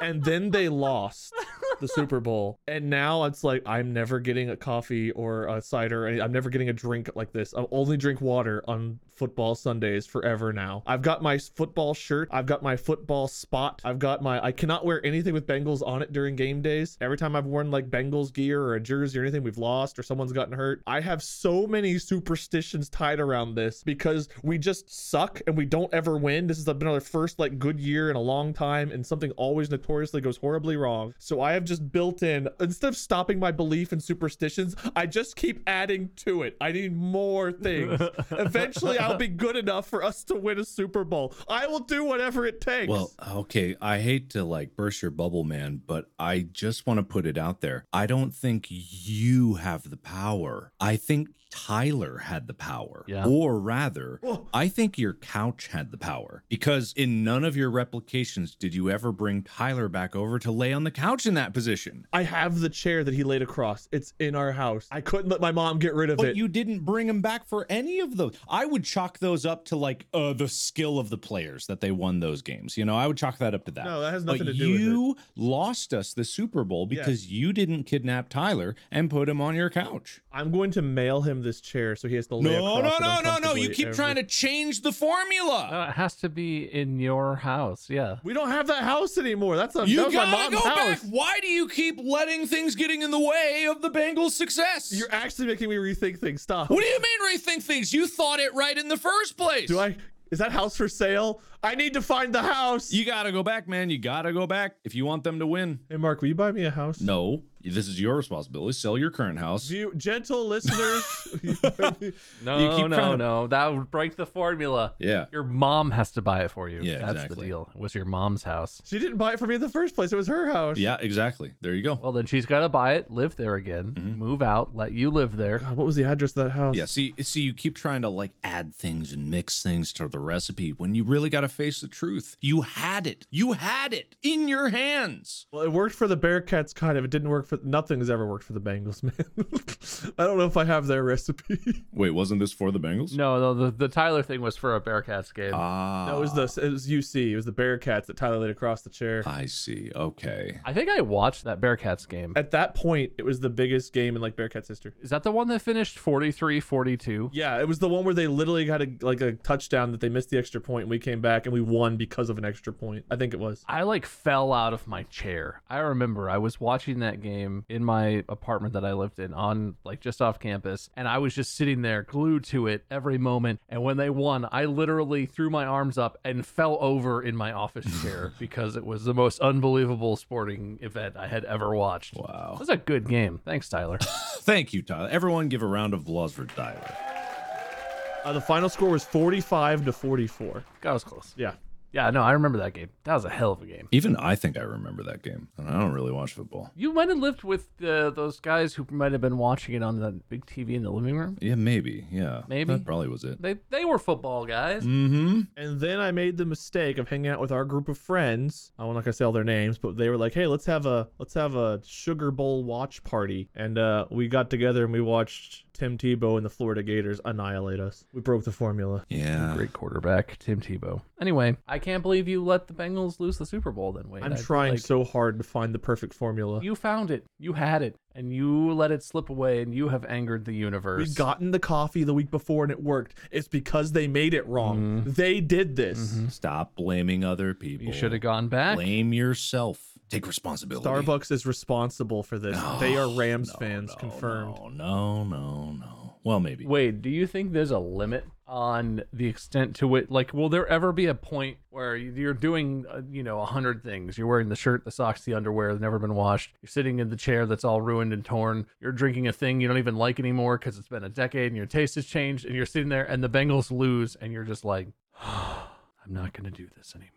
Speaker 1: And then they lost the Super Bowl. And now it's like, I'm never getting a coffee or a cider. and I'm never getting a drink like this. I'll only drink water on football Sundays forever now. I've got my football shirt. I've got my football spot. I've got my. I cannot wear anything with Bengals on it during game days. Every time I've worn like Bengals gear or a jersey or anything, we've lost or someone's gotten hurt. I have so many superstitions tied around this because we just suck and we don't ever win. This has been our first like good year in a long time, and something always notoriously goes horribly wrong. So I have just built in instead of stopping my belief in superstitions, I just keep adding to it. I need more things. Eventually, I'll be good enough for us to win a Super Bowl. I will do whatever it takes.
Speaker 8: Well, okay, I hate to like burst your bubble, man, but I just want to put it out there. I don't think you have the power. I think Tyler had the power.
Speaker 6: Yeah.
Speaker 8: Or rather, I think your couch had the power because in none of your replications did you ever bring Tyler back over to lay on the couch in that position.
Speaker 1: I have the chair that he laid across. It's in our house. I couldn't let my mom get rid of
Speaker 8: But
Speaker 1: it.
Speaker 8: you didn't bring him back for any of those. I would chalk those up to like uh, the skill of the players that they won those games. You know, I would chalk that up to that.
Speaker 1: No, that has
Speaker 8: But
Speaker 1: nothing to do with it.
Speaker 8: You lost us the Super Bowl because you didn't kidnap Tyler and put him on your couch.
Speaker 1: I'm going to mail him this chair so he has to lay
Speaker 8: No, no,
Speaker 1: across it
Speaker 8: no, no, no.
Speaker 1: uncomfortably
Speaker 8: You keep
Speaker 1: every- Uh,
Speaker 8: trying to change the formula.
Speaker 6: No, Uh, it has to be in your house. Yeah.
Speaker 1: We don't have that house anymore. That's a, that
Speaker 8: you
Speaker 1: was my
Speaker 8: gotta
Speaker 1: mom's
Speaker 8: go back.
Speaker 1: house.
Speaker 8: Why do you keep letting things getting in the way of the Bengals' success?
Speaker 1: You're actually making me rethink things. Stop.
Speaker 8: what do you mean rethink things? You thought it right in the first place.
Speaker 1: Do I? Is that house for sale? I need to find the house.
Speaker 8: You gotta go back, man. You gotta go back if you want them to win.
Speaker 1: hey, Mark, will you buy me a house?
Speaker 8: No, this is your responsibility. Sell your current house.
Speaker 1: Do you, gentle
Speaker 8: [laughs]
Speaker 1: listeners, [laughs]
Speaker 6: No,
Speaker 8: You keep
Speaker 6: no,
Speaker 8: trying to-
Speaker 6: no. That would break the formula.
Speaker 8: Yeah.
Speaker 6: Your mom has to buy it for you.
Speaker 8: Yeah,
Speaker 6: That's the
Speaker 8: exactly.
Speaker 6: deal. It was your mom's house.
Speaker 1: she didn't buy it for me in the first place. It was her house.
Speaker 8: Yeah, exactly. There you go.
Speaker 6: Well, then she's got to buy it, live there again,
Speaker 8: Mm-hmm.
Speaker 6: move out, let you live there.
Speaker 8: [gasps]
Speaker 1: God, what was the address of that house?
Speaker 8: Yeah, see, see, you keep trying to like add things and mix things to the recipe when you really got to face the truth. You had it. You had it in your hands.
Speaker 1: Well, it worked for the Bearcats, kind of. It didn't work for nothing's ever worked for the Bengals, man. [laughs] I don't know if I have their recipe.
Speaker 8: Wait, wasn't this for the Bengals?
Speaker 6: No, no. The, the Tyler thing was for a Bearcats game.
Speaker 8: Ah,
Speaker 1: No, it was the it was UC. It was the Bearcats that Tyler laid across the chair.
Speaker 8: I see. Okay.
Speaker 6: I think I watched that Bearcats game.
Speaker 1: At that point, it was the biggest game in like Bearcats history.
Speaker 6: Is that the one that finished 43 42?
Speaker 1: Yeah, it was the one where they literally got a like a touchdown that they missed the extra point and we came back and we won because of an extra point. I think it was.
Speaker 6: I like fell out of my chair. I remember I was watching that game in my apartment that I lived in on like just off campus and I was just sitting there glued to it every moment and when they won I literally threw my arms up and fell over in my office chair because it was the most unbelievable sporting event I had ever watched. Wow. It was a good game. Thanks Tyler.
Speaker 8: Thank you, Tyler. Everyone, give a round of applause for Tyler.
Speaker 1: Uh, the final score was 45 to 44.
Speaker 6: God, I was close.
Speaker 1: Yeah.
Speaker 6: Yeah, no, I remember that game. That was a hell of a game.
Speaker 8: Even I think I remember that game. and I don't really watch football.
Speaker 6: You might have lived with uh, those guys who might have been watching it on the big TV in the living room.
Speaker 8: Yeah, maybe. Yeah,
Speaker 6: Maybe.
Speaker 8: that probably was it. Mm-hmm.
Speaker 6: They they were football guys.
Speaker 1: And then I made the mistake of hanging out with our group of friends. I won't like I say all their names, but they were like, "Hey, let's have a let's have a Sugar Bowl watch party." And uh, we got together and we watched Tim Tebow and the Florida Gators annihilate us. We broke the formula.
Speaker 8: Yeah.
Speaker 6: Great quarterback, Tim Tebow. Anyway, I can't believe you let the Bengals lose the Super Bowl. Then wait,
Speaker 1: I'm
Speaker 6: I-
Speaker 1: trying
Speaker 6: like,
Speaker 1: so hard to find the perfect formula.
Speaker 6: [laughs] You found it. You had it, and you let it slip away, and you have angered the universe.
Speaker 1: We'd gotten the coffee the week before and it worked. It's because they made it wrong.
Speaker 6: Mm-hmm.
Speaker 1: They did this.
Speaker 8: Stop blaming other people.
Speaker 6: you should have gone back.
Speaker 8: Blame yourself. Take responsibility.
Speaker 1: Starbucks is responsible for this. they are Rams fans, confirmed.
Speaker 8: Oh no, no, no. Well, maybe.
Speaker 6: Wait, do you think there's a limit on the extent to which, like, will there ever be a point where you're doing, uh, you know, a hundred things? You're wearing the shirt, the socks, the underwear that's never been washed. You're sitting in the chair that's all ruined and torn. You're drinking a thing you don't even like anymore because it's been a decade and your taste has changed. And you're sitting there and the Bengals lose, and you're just like, [sighs] I'm not gonna do this anymore.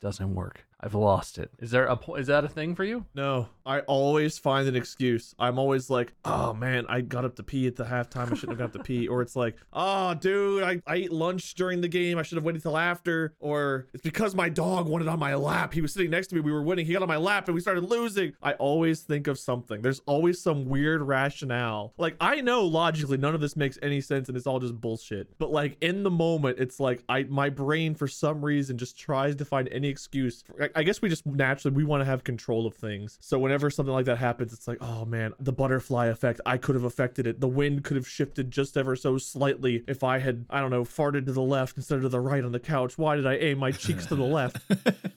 Speaker 6: Doesn't work. I've lost it. Is there a po- is that a thing for you?
Speaker 1: No, I always find an excuse. I'm always like, oh man, I got up to pee at the halftime. I shouldn't have got up to pee. Or it's like, oh dude, I, I ate lunch during the game. I should have waited till after. Or it's because my dog wanted on my lap. He was sitting next to me. We were winning. He got on my lap and we started losing. I always think of something. There's always some weird rationale. Like, I know logically none of this makes any sense and it's all just bullshit. But like in the moment, it's like I my brain for some reason just tries to find any excuse. I, I guess we just naturally we want to have control of things. So whenever something like that happens, it's like, oh man, the butterfly effect. I could have affected it. The wind could have shifted just ever so slightly if I had, I don't know, farted to the left instead of to the right on the couch. Why did I aim my cheeks to the left?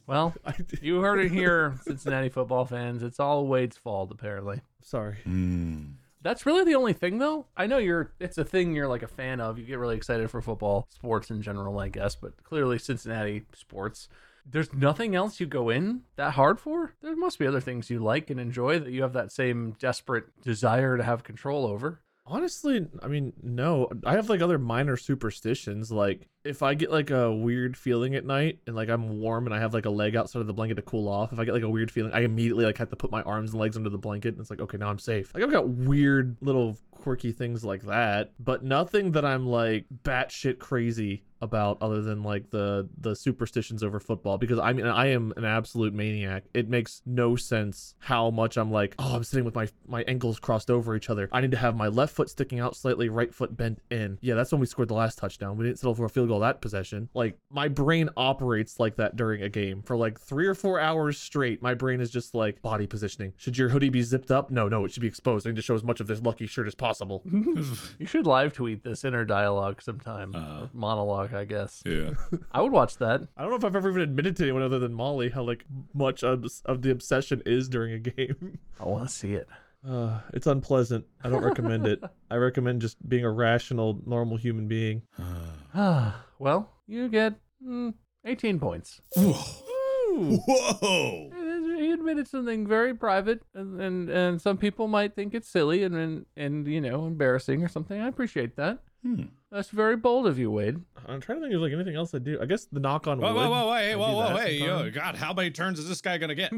Speaker 6: Well, you heard it here, Cincinnati football fans. It's all Wade's fault, apparently.
Speaker 1: Sorry.
Speaker 6: That's really the only thing, though. I know you're. It's a thing you're like a fan of. You get really excited for football, sports in general, I guess. But clearly, Cincinnati sports. There's nothing else you go in that hard for. There must be other things you like and enjoy that you have that same desperate desire to have control over.
Speaker 1: Honestly, I mean, no. I have like other minor superstitions. Like if I get like a weird feeling at night and like I'm warm and I have like a leg outside of the blanket to cool off, if I get like a weird feeling, I immediately like have to put my arms and legs under the blanket and it's like, okay, now I'm safe. Like I've got weird little quirky things like that, but nothing that I'm like batshit crazy about other than like the the superstitions over football because I mean I am an absolute maniac. It makes no sense how much I'm like, oh, I'm sitting with my my ankles crossed over each other. I need to have my left foot sticking out slightly, right foot bent in. Yeah, that's when we scored the last touchdown. We didn't settle for a field goal that possession. Like my brain operates like that during a game for like 3 or 4 hours straight. My brain is just like body positioning. Should your hoodie be zipped up? No, no, it should be exposed. I need to show as much of this lucky shirt as possible.
Speaker 6: You should live tweet this inner dialogue sometime, or monologue, I guess.
Speaker 1: [laughs]
Speaker 8: Yeah.
Speaker 6: I would watch that.
Speaker 1: I don't know if I've ever even admitted to anyone other than Molly how like much of, of the obsession is during a [laughs] game.
Speaker 6: I want to see it.
Speaker 1: Uh, it's unpleasant. I don't recommend it. I recommend just being a rational, normal human being.
Speaker 6: [sighs] well, you get mm, 18 points.
Speaker 3: Whoa!
Speaker 6: He admitted something very private, and, and, and some people might think it's silly and, and and you know embarrassing or something. I appreciate that.
Speaker 8: Hmm.
Speaker 6: That's very bold of you, Wade.
Speaker 1: I'm trying to think of like anything else I do. I guess the knock on
Speaker 8: Whoa,
Speaker 1: wood.
Speaker 8: whoa, whoa, hey,
Speaker 1: I
Speaker 8: whoa,
Speaker 1: do
Speaker 8: whoa,
Speaker 1: that
Speaker 8: hey,
Speaker 1: sometimes.
Speaker 8: yo, God, how many turns is this guy
Speaker 1: [laughs]
Speaker 8: gonna get?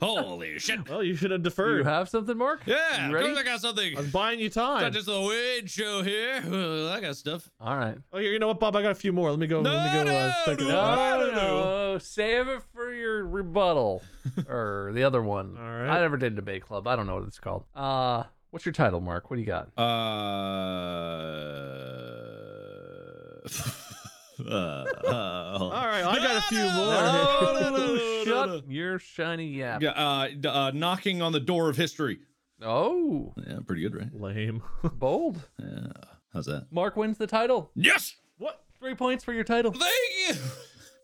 Speaker 8: Holy shit.
Speaker 1: Well, you should have
Speaker 6: You
Speaker 1: deferred.
Speaker 6: have something, Mark?
Speaker 8: Yeah,
Speaker 6: You ready?
Speaker 8: of course I got something.
Speaker 1: I was buying you time.
Speaker 8: Not just a weird show here. [laughs] Uh, I got stuff.
Speaker 6: All right.
Speaker 1: Oh, you you know what, Bob? I got a few more. Let me go. let me go. uh,
Speaker 8: no,
Speaker 1: check it
Speaker 8: no.
Speaker 1: out.
Speaker 8: I
Speaker 6: Oh, No,
Speaker 8: don't know.
Speaker 6: no, save it for your
Speaker 8: [laughs]
Speaker 6: rebuttal or the other one.
Speaker 1: All right.
Speaker 6: I never did debate club. I don't know what it's called. Uh, what's your title, Mark? What do you got?
Speaker 8: [laughs] Uh. uh,
Speaker 1: All right, I got a few more.
Speaker 8: No, no, no, no,
Speaker 6: Shut
Speaker 8: no,
Speaker 6: your shiny yap.
Speaker 8: Yeah, uh, d- uh, knocking on the door of history.
Speaker 6: Oh,
Speaker 8: Yeah, pretty good,
Speaker 1: [laughs]
Speaker 8: right?
Speaker 1: Lame.
Speaker 6: bold.
Speaker 8: Yeah. How's that?
Speaker 6: Mark wins the title.
Speaker 8: Yes.
Speaker 6: What? Three points for your title.
Speaker 8: Thank you. [laughs]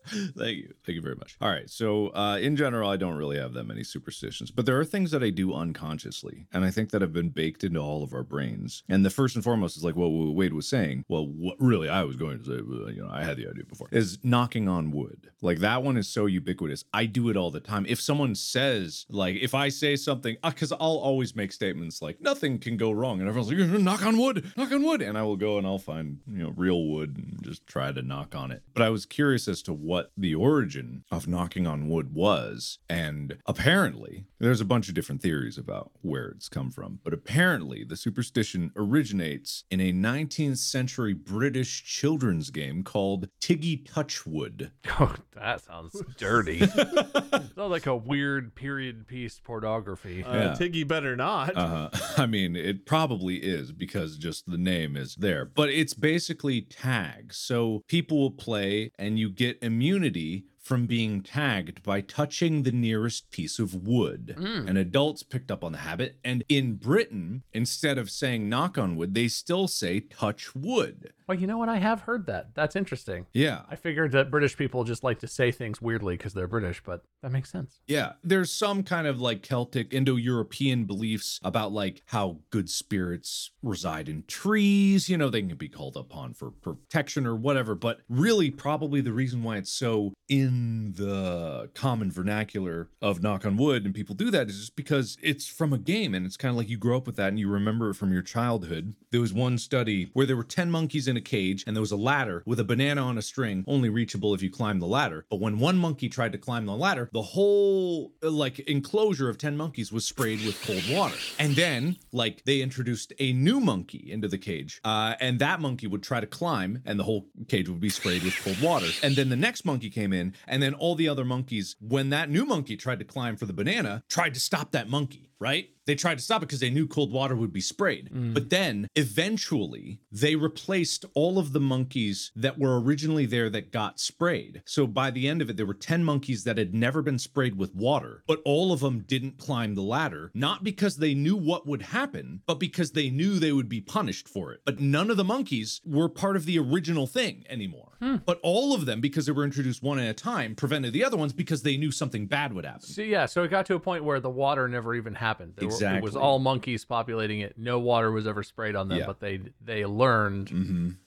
Speaker 8: Thank you. Thank you very much. All right. So, uh, in general, I don't really have that many superstitions, but there are things that I do unconsciously. And I think that have been baked into all of our brains. And the first and foremost is like what Wade was saying. Well, what really I was going to say, uh, you know, I had the idea before, is knocking on wood. Like that one is so ubiquitous. I do it all the time. If someone says, like, if I say something, because I'll always make statements like, nothing can go wrong. And everyone's like, knock on wood, knock on wood. And I will go and I'll find, you know, real wood and just try to knock on it. But I was curious as to what the origin of knocking on wood was. And apparently, there's a bunch of different theories about where it's come from. But apparently, the superstition originates in a 19th century British children's game called Tiggy Touchwood.
Speaker 6: [laughs] Oh, that sounds
Speaker 8: [laughs]
Speaker 6: dirty. sounds like a weird period piece pornography.
Speaker 1: Uh,
Speaker 8: Yeah.
Speaker 1: Tiggy better not.
Speaker 8: Uh, [laughs] I mean, it probably is because just the name is there, but it's basically tags. So people will play, and you get immunity from being tagged by touching the nearest piece of wood. And adults picked up on the habit. And in Britain, instead of saying knock on wood, they still say touch wood.
Speaker 6: well, you know what? I have heard that. That's interesting.
Speaker 8: Yeah.
Speaker 6: I figured that British people just like to say things weirdly because they're British, but that makes sense.
Speaker 8: Yeah, there's some kind of like Celtic Indo-European beliefs about like how good spirits reside in trees, you know, they can be called upon for protection or whatever, but really probably the reason why it's so in the common vernacular of knock on wood and people do that is just because it's from a game and it's kind of like you grow up with that and you remember it from your childhood. There was one study where there were 10 monkeys in a cage and there was a ladder with a banana on a string only reachable if you climbed the ladder. But when one monkey tried to climb the ladder, the whole uh, like enclosure of 10 monkeys was sprayed with cold water. And then like they introduced a new monkey into the cage. Uh, and that monkey would try to climb and the whole cage would be sprayed with cold water. And then the next monkey came in and then all the other monkeys when that new monkey tried to climb for the banana tried to stop that monkey. right? They tried to stop it because they knew cold water would be sprayed. But then eventually they replaced all of the monkeys that were originally there that got sprayed. So by the end of it, there were 10 monkeys that had never been sprayed with water, but all of them didn't climb the ladder, not because they knew what would happen, but because they knew they would be punished for it. But none of the monkeys were part of the original thing anymore. But all of them, because they were introduced one at a time, prevented the other ones because they knew something bad would happen.
Speaker 6: So yeah, so it got to a point where the water never even happened. There were- it was
Speaker 8: Exactly.
Speaker 6: all monkeys populating it. No water was ever sprayed on them,
Speaker 8: Yeah.
Speaker 6: but they they learned.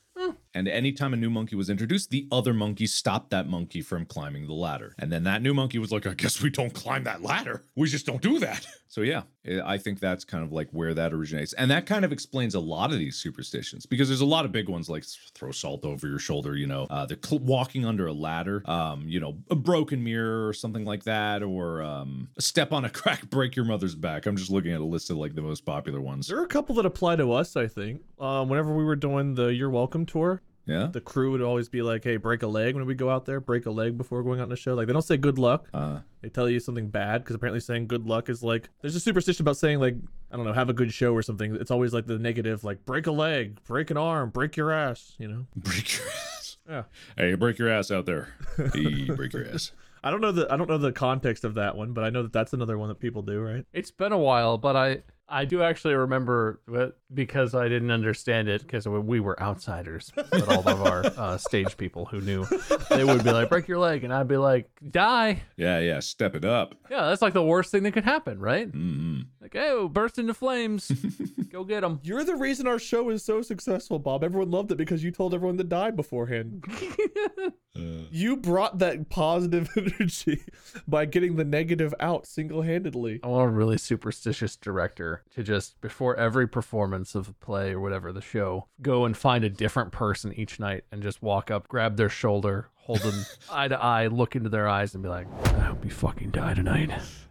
Speaker 8: And anytime a new monkey was introduced, the other monkey stopped that monkey from climbing the ladder. And then that new monkey was like, I guess we don't climb that ladder. We just don't do that. [laughs] So, yeah, I- I think that's kind of like where that originates. And that kind of explains a lot of these superstitions because there's a lot of big ones like throw salt over your shoulder, you know, uh, the cl- walking under a ladder, um, you know, a broken mirror or something like that, or um, step on a [laughs] crack, break your mother's back. I'm just looking at a list of like the most popular ones.
Speaker 1: There are a couple that apply to us, I think. Um, whenever we were doing the You're Welcome tour,
Speaker 8: Yeah.
Speaker 1: the crew would always be like, hey, break a leg when we go out there, break a leg before going out on a show. Like, they don't say good luck.
Speaker 8: Uh,
Speaker 1: They tell you something bad because apparently saying good luck is like, there's a superstition about saying, like, I don't know, have a good show or something. It's always like the negative, like, break a leg, break an arm, break your ass, you know?
Speaker 8: [laughs] break your ass.
Speaker 1: Yeah.
Speaker 8: Hey, break your ass out [laughs] there. Hey, break your ass.
Speaker 1: I don't know the I don't know the context of that one, but I know that that's another one that people do, right?
Speaker 6: It's been a while, but I I do actually remember but because I didn't understand it because we were outsiders, but all of our uh, stage people who knew they would be like break your leg, and I'd be like die.
Speaker 8: Yeah, yeah. Step it up.
Speaker 6: Yeah, that's like the worst thing that could happen, right?
Speaker 8: Mm-hmm.
Speaker 6: Like oh, burst into flames, go get them.
Speaker 1: You're the reason our show is so successful, Bob. Everyone loved it because you told everyone to die beforehand. you brought that positive [laughs] energy by getting the negative out single-handedly.
Speaker 6: I want a really superstitious director to just before every performance of a play or whatever the show, go and find a different person each night and just walk up, grab their shoulder, hold them eye to eye, look into their eyes, and be like, "I hope you fucking die tonight."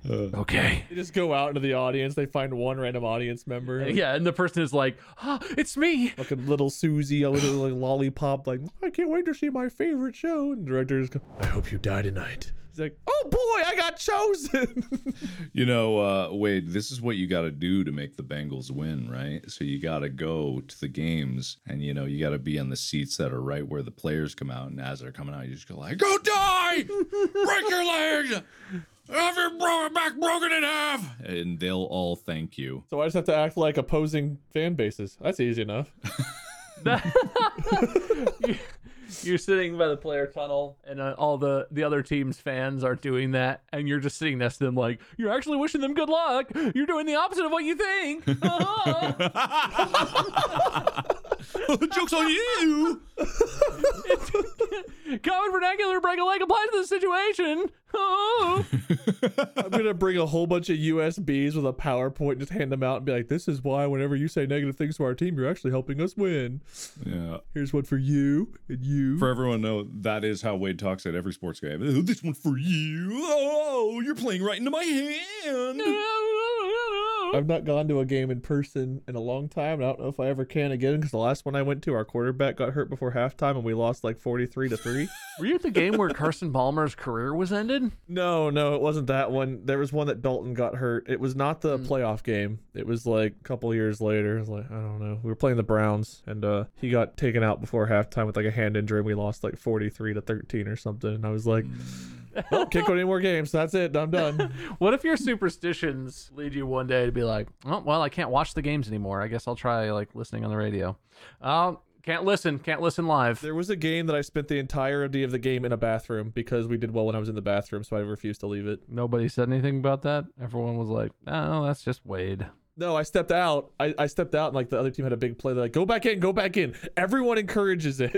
Speaker 6: okay.
Speaker 1: They just go out into the audience. They find one random audience member.
Speaker 6: Yeah, and the person is like, "Ah, "It's me." [laughs]
Speaker 1: Fucking little Susie, a little like, lollipop, like, I can't wait to see my favorite show. And the director just goes, I hope you die tonight. He's like, oh boy, I got chosen. [laughs]
Speaker 8: You know, uh, Wade, this is what you got to do to make the Bengals win, right? So you got to go to the games and, you know, you got to be on the seats that are right where the players come out. And as they're coming out, you just go like, go die! Break your leg! Have your bro- back broken in half! And they'll all thank you.
Speaker 1: so I just have to act like opposing fan bases. That's easy enough. [laughs]
Speaker 6: You're sitting by the player tunnel, and uh, all the the other team's fans are doing that, and you're just sitting next to them, like, "You're actually wishing them good luck. You're doing the opposite of what you think." Uh-huh.
Speaker 8: the joke's on you!
Speaker 6: Common vernacular break a leg applies to the situation. Oh.
Speaker 1: I'm gonna bring a whole bunch of USBs with a PowerPoint and just hand them out and be like, this is why whenever you say negative things to our team, you're actually helping us win.
Speaker 8: Yeah.
Speaker 1: Here's one for you and
Speaker 6: Mm-hmm.
Speaker 1: you.
Speaker 8: For everyone to know, that is how Wade talks at every sports game. "Oh, This one for you. Oh, you're playing right into my hand.
Speaker 1: I've not gone to a game in person in a long time. and I don't know if I ever can again because the last one I went to, our quarterback got hurt before halftime and we lost like 43 to 3.
Speaker 6: [laughs] Were you at the game where Carson Palmer's career was ended?
Speaker 1: No, no, it wasn't that one. There was one that Dalton got hurt. It was not the playoff game. It was like a couple years later. It was like, I don't know. We were playing the Browns and uh, he got taken out before halftime with like a hand injury and we lost like 43 to 13 or something. And I was like, well, can't go to any more games. That's it. I'm done.
Speaker 6: What if your superstitions lead you one day to be like, oh, well, I can't watch the games anymore. I guess I'll try like listening on the radio. Um, can't listen. Can't listen live.
Speaker 1: There was a game that I spent the entirety of the game in a bathroom because we did well when I was in the bathroom, so I refused to leave it.
Speaker 6: Nobody said anything about that. Everyone was like, no, that's just Wade.
Speaker 1: No, I stepped out. I, I stepped out and like the other team had a big play. They're like, go back in, go back in. Everyone encourages it.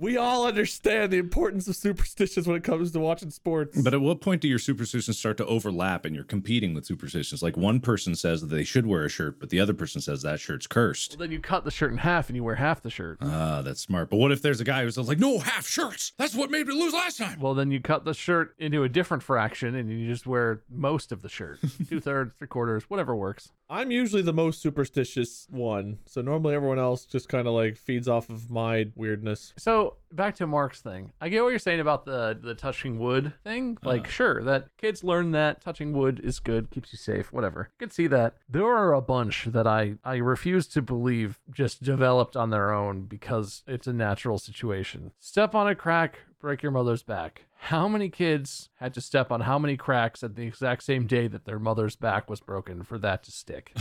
Speaker 1: we all understand the importance of superstitions when it comes to watching sports.
Speaker 8: But at what point do your superstitions start to overlap and you're competing with superstitions? Like one person says that they should wear a shirt, but the other person says that shirt's cursed.
Speaker 6: Then you cut the shirt in half and you wear half the shirt.
Speaker 8: Ah, that's smart. But what if there's a guy who's like, no, half shirts. That's what made me lose last time.
Speaker 6: Well, then you cut the shirt [laughs] into a different fraction and you just wear most of the shirt two thirds, three quarters, whatever works.
Speaker 1: I'm usually the most superstitious one, so normally everyone else just kind of like feeds off of my weirdness.
Speaker 6: So back to Mark's thing. I get what you're saying about the the touching wood thing.
Speaker 8: Uh-huh.
Speaker 6: Like, sure, that kids learn that touching wood is good, keeps you safe, whatever. I can see that. There are a bunch that I I refuse to believe just developed on their own because it's a natural situation. Step on a crack, break your mother's back. How many kids had to step on how many cracks at the exact same day that their mother's back was broken for that to
Speaker 8: [laughs]
Speaker 6: stick?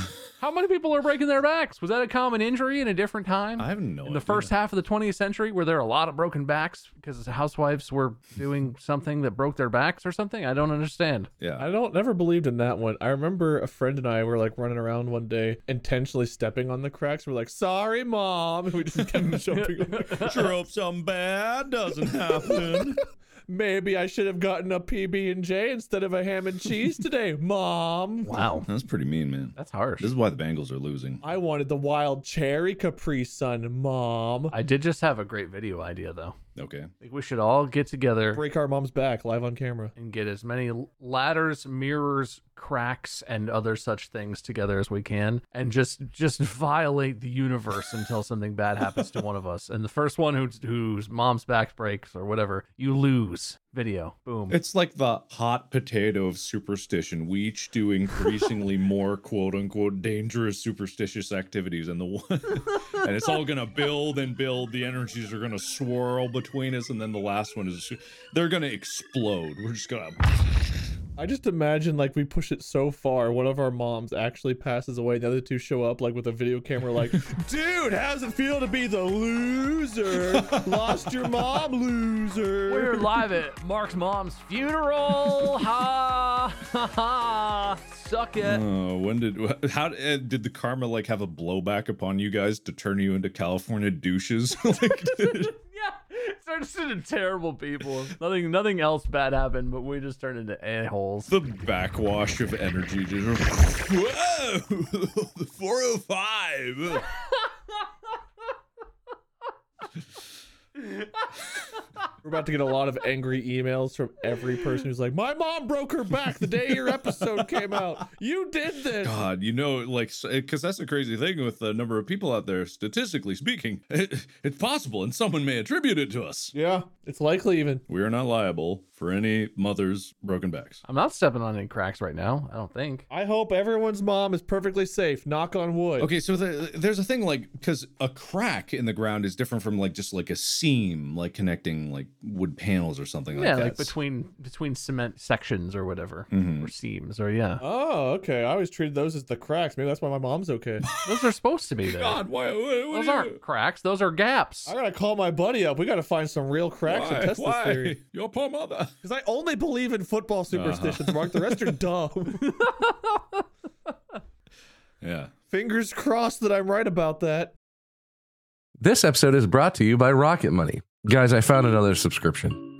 Speaker 6: how many people are breaking their backs? Was that a common injury in a different time?
Speaker 8: Oh, I have no
Speaker 6: in the first half of the 20th century were there a lot of broken backs because housewives were doing something that broke their backs or something i don't understand
Speaker 8: Yeah.
Speaker 1: I don't never believed in that one. I remember a friend and I were like running around one day, intentionally stepping on the cracks. We're like, "Sorry, mom," [laughs] and we just kept jumping. over.
Speaker 8: Sure hope something bad doesn't happen.
Speaker 1: Maybe I should have gotten a PB and J instead of a ham and cheese today, [laughs] mom.
Speaker 6: wow
Speaker 8: [laughs] That's pretty mean, man.
Speaker 6: that's harsh
Speaker 8: This is why the Bengals are losing.
Speaker 6: Uh,
Speaker 1: I wanted the wild cherry Capri Sun, mom.
Speaker 6: i did just have a great video idea though
Speaker 8: Okay.
Speaker 6: i think we should all get together
Speaker 1: Break our mom's back live on camera.
Speaker 6: and get as many l- ladders, mirrors, cracks, and other such things together as we can, and just just [laughs] violate the universe until something bad happens to one of us. And the first one who, whose mom's back breaks or whatever, you lose. Video, boom.
Speaker 8: It's like the hot potato of superstition. We each do increasingly more quote unquote dangerous superstitious activities and the one [laughs] and it's all gonna build and build. The energies are gonna swirl between us, and then the last one is they're gonna explode. We're just gonna
Speaker 1: I just imagine like we push it so far, one of our moms actually passes away, the other two show up like with a video camera, like, dude, how's it feel to be the loser? Lost your mom, loser.
Speaker 6: We're live at Mark's mom's funeral. Ha ha ha! Suck it.
Speaker 8: Oh, when did wh- how uh, did the karma like have a blowback upon you guys to turn you into California douches? [laughs] like, did-
Speaker 6: Yeah, turned us into terrible people. Nothing, nothing else bad happened, but we just turned into a holes.
Speaker 8: the backwash of energy just [laughs] whoa, [laughs] the four oh five.
Speaker 1: We're about to get a lot of angry emails from every person who's like, my mom broke her back the day your episode came out. You did this.
Speaker 8: God, you know, like, because that's the crazy thing with the number of people out there. Statistically speaking, [laughs] it, it's possible, and someone may attribute it to us.
Speaker 1: Yeah, it's likely even.
Speaker 8: We are not liable for any mother's broken backs.
Speaker 6: I'm not stepping on any cracks right now. I don't think.
Speaker 1: I hope everyone's mom is perfectly safe. Knock on wood.
Speaker 8: Okay, so the, there's a thing like because a crack in the ground is different from like just like a seam, like connecting like wood panels or something like
Speaker 6: yeah,
Speaker 8: that.
Speaker 6: like between between cement sections or whatever,
Speaker 8: Mm-hmm.
Speaker 6: or seams, or yeah,
Speaker 8: Uh,
Speaker 1: Oh, okay. I always treated those as the cracks. Maybe that's why my mom's
Speaker 8: [laughs]
Speaker 1: okay.
Speaker 6: those are supposed to be there.
Speaker 8: God, why? What, what
Speaker 6: those
Speaker 8: do you-
Speaker 6: aren't cracks; those are gaps.
Speaker 1: I gotta call my buddy up. We gotta find some real cracks and
Speaker 8: Why?
Speaker 1: test this
Speaker 8: Why?
Speaker 1: theory.
Speaker 8: Your poor mother.
Speaker 1: Because I only believe in football superstitions, Mark. The rest are dumb. [laughs]
Speaker 8: Yeah.
Speaker 1: Fingers crossed that I'm right about that.
Speaker 2: This episode is brought to you by Rocket Money. Guys, I found another subscription.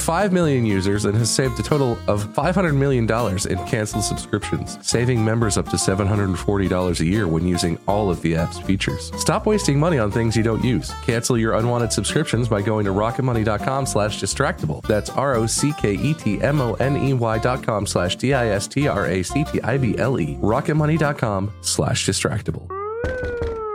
Speaker 2: 5 million users and has saved a total of $500 million in canceled subscriptions, saving members up to $740 a year when using all of the app's features. Stop wasting money on things you don't use. Cancel your unwanted subscriptions by going to rocketmoney.com slash distractible. That's E R-O-C-K-E-T-M-O-N-E-Y dot com slash D-I-S-T-R-A-C-T-I-B-L-E. Rocketmoney.com slash distractible.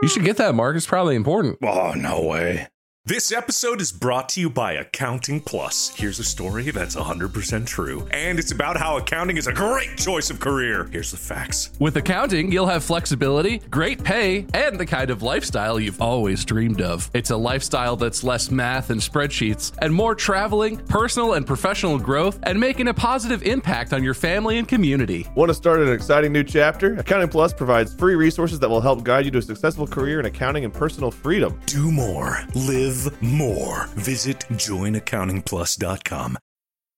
Speaker 2: You should get that, Mark. It's probably important.
Speaker 3: Oh, no way. This episode is brought to you by Accounting Plus. Here's a story that's 100% true. And it's about how accounting is a great choice of career. Here's the facts.
Speaker 2: With accounting, you'll have flexibility, great pay, and the kind of lifestyle you've always dreamed of. It's a lifestyle that's less math and spreadsheets, and more traveling, personal and professional growth, and making a positive impact on your family and community.
Speaker 9: Want to start an exciting new chapter? Accounting Plus provides free resources that will help guide you to a successful career in accounting and personal freedom.
Speaker 3: Do more, live more. Visit joinaccountingplus.com.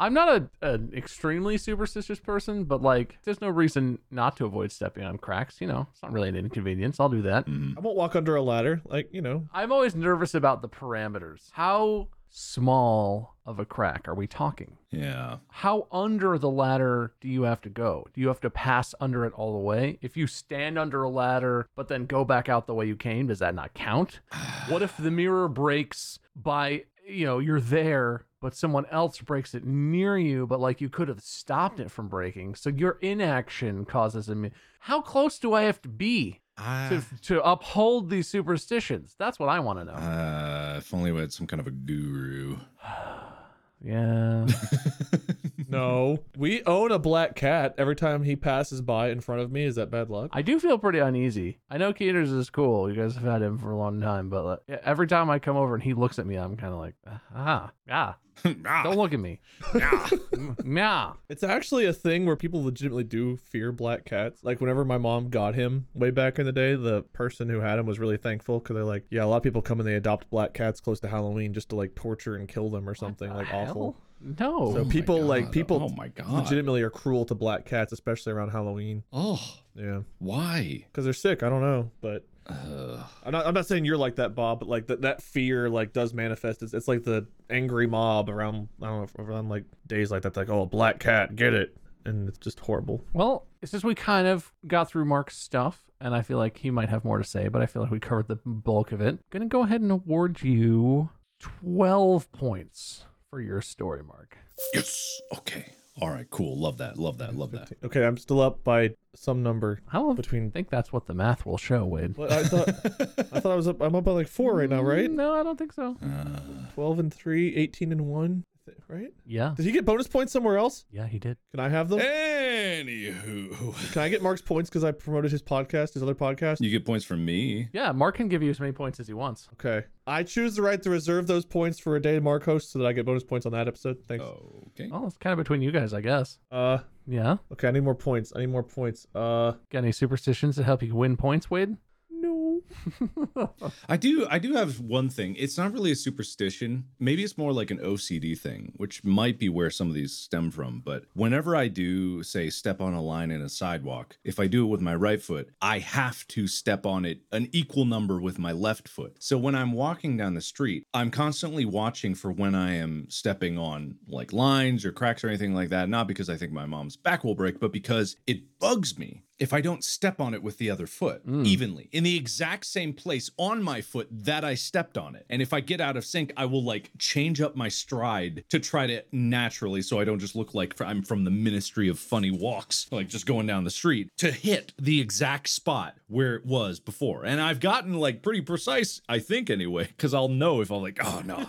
Speaker 6: I'm not a an extremely superstitious person, but like, there's no reason not to avoid stepping on cracks. You know, it's not really an inconvenience. I'll do that.
Speaker 3: Mm-hmm.
Speaker 1: I won't walk under a ladder. Like, you know,
Speaker 6: I'm always nervous about the parameters. How small of a crack are we talking?
Speaker 8: Yeah.
Speaker 6: How under the ladder do you have to go? Do you have to pass under it all the way? If you stand under a ladder but then go back out the way you came, does that not count? [sighs] what if the mirror breaks by, you know, you're there, but someone else breaks it near you, but like you could have stopped it from breaking. So your inaction causes a. mi- How close do I have to be?
Speaker 8: [sighs]
Speaker 6: To, to uphold these superstitions. That's what I want to know.
Speaker 8: Uh, if only we had some kind of a guru.
Speaker 6: Yeah.
Speaker 1: [laughs] no. [laughs] We own a black cat. Every time he passes by in front of me, is that bad luck?
Speaker 6: I do feel pretty uneasy. I know Keaters is cool. You guys have had him for a long time, but like, yeah, every time I come over and he looks at me, I'm kind of like, ah,
Speaker 1: [laughs]
Speaker 6: ah, don't look at me. Nah. nah.
Speaker 1: It's actually a thing where people legitimately do fear black cats. Like whenever my mom got him way back in the day, the person who had him was really thankful because they're like, yeah, a lot of people come and they adopt black cats close to Halloween just to like torture and kill them or something like awful.
Speaker 6: No.
Speaker 1: So people like
Speaker 8: Oh God.
Speaker 1: people
Speaker 8: Oh my God.
Speaker 1: legitimately are cruel to black cats, especially around Halloween.
Speaker 8: Oh,
Speaker 1: Yeah,
Speaker 8: why?
Speaker 1: because they're sick. I don't know, but I'm not. I'm not saying you're like that, Bob. But like that that fear like does manifest. It's, it's like the angry mob around. I don't know around like days like that. Like oh, a black cat, get it, and it's just horrible.
Speaker 6: well, it's just we kind of got through Mark's stuff, and I feel like he might have more to say, but I feel like we covered the bulk of it. Gonna go ahead and award you 12 points for your story, Mark.
Speaker 8: Yes. Okay. All right. Cool. Love that. Love that. Love that.
Speaker 1: Okay, I'm still up by some number.
Speaker 6: I don't
Speaker 1: Between-
Speaker 6: think that's what the math will show, Wade.
Speaker 1: But I thought I thought I was up. I'm up by like four right now,
Speaker 8: [laughs]
Speaker 1: right? Uh.
Speaker 6: No, I don't think so.
Speaker 1: Twelve and three, 18 and one, right?
Speaker 6: Yeah.
Speaker 1: Did he get bonus points somewhere else?
Speaker 6: Yeah, he did.
Speaker 1: Can I have them?
Speaker 8: Anywho,
Speaker 1: Can I get Mark's points because I promoted his podcast, his other podcast?
Speaker 8: you get points from me.
Speaker 6: Yeah, Mark can give you as many points as he wants.
Speaker 1: Okay. I choose the right to reserve those points for a day Mark hosts so that I get bonus points on that episode. Thanks.
Speaker 8: Oh. Okay.
Speaker 6: Well, it's kind of between you guys, I guess.
Speaker 1: Uh,
Speaker 6: Yeah.
Speaker 1: okay. I need more points. I need more points. Uh,
Speaker 6: Got any superstitions to help you win points, Wade?
Speaker 1: no.
Speaker 8: I do. I do have one thing. It's not really a superstition. Maybe it's more like an OCD thing, which might be where some of these stem from. But whenever I do, say, step on a line in a sidewalk, if I do it with my right foot, I have to step on it an equal number with my left foot. So when I'm walking down the street, I'm constantly watching for when I am stepping on like lines or cracks or anything like that. Not because I think my mom's back will break, but because it bugs me if I don't step on it with the other foot evenly in the exact same place on my foot that I stepped on it. And if I get out of sync, I will like change up my stride to try to naturally so I don't just look like I'm from the Ministry of Funny Walks, like just going down the street to hit the exact spot where it was before. And I've gotten like pretty precise, I think, anyway, because I'll know if I'm like, oh no.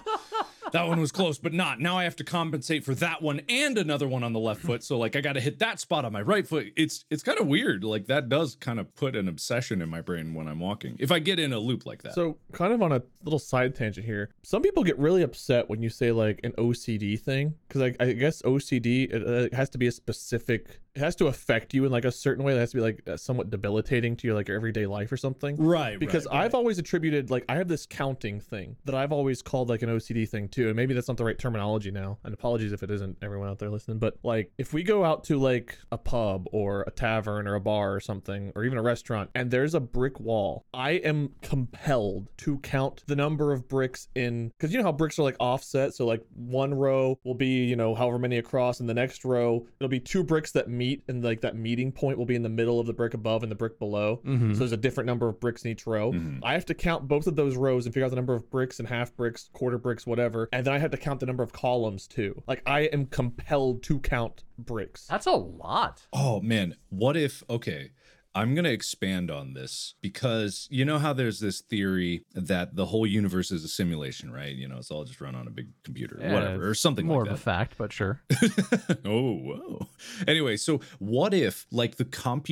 Speaker 8: That one was close, but not. Now I have to compensate for that one and another one on the left foot. So like I got to hit that spot on my right foot. It's it's kind of weird. Like that does kind of put an obsession in my brain when I'm walking. If I get in a loop like that.
Speaker 1: So, kind of on a little side tangent here, some people get really upset when you say like an OCD thing because like I guess OCD it, uh, it has to be a specific, it has to affect you in like a certain way that has to be like uh, somewhat debilitating to your like your everyday life or something.
Speaker 8: right,
Speaker 1: because I've always attributed like I have this counting thing that I've always called like an OCD thing too, and maybe that's not the right terminology now. And apologies if it isn't everyone out there listening, but like if we go out to like a pub or a tavern or a bar or something or even a restaurant and there's a brick wall, I am compelled to count the number of bricks in because you know how bricks are like offset, so like one row will be you know however many across, and the next row it'll be two bricks that meet, and like that meeting point will be in the middle of the brick above and the brick below. So there's a different number of bricks in each row. I have to count both of those rows and figure out the number of bricks and half bricks, quarter bricks, whatever. And then I have to count the number of columns too. Like I am compelled to count bricks.
Speaker 6: That's a lot.
Speaker 8: Oh man, what if okay, I I'm going to expand on this because you know how there's this theory that the whole universe is a simulation, right? You know, it's all just run on a big computer, or
Speaker 6: Yeah,
Speaker 8: whatever, or something
Speaker 6: More
Speaker 8: like that.
Speaker 6: of a fact, but
Speaker 8: [laughs]
Speaker 6: sure.
Speaker 8: oh, whoa. Anyway, so what if like the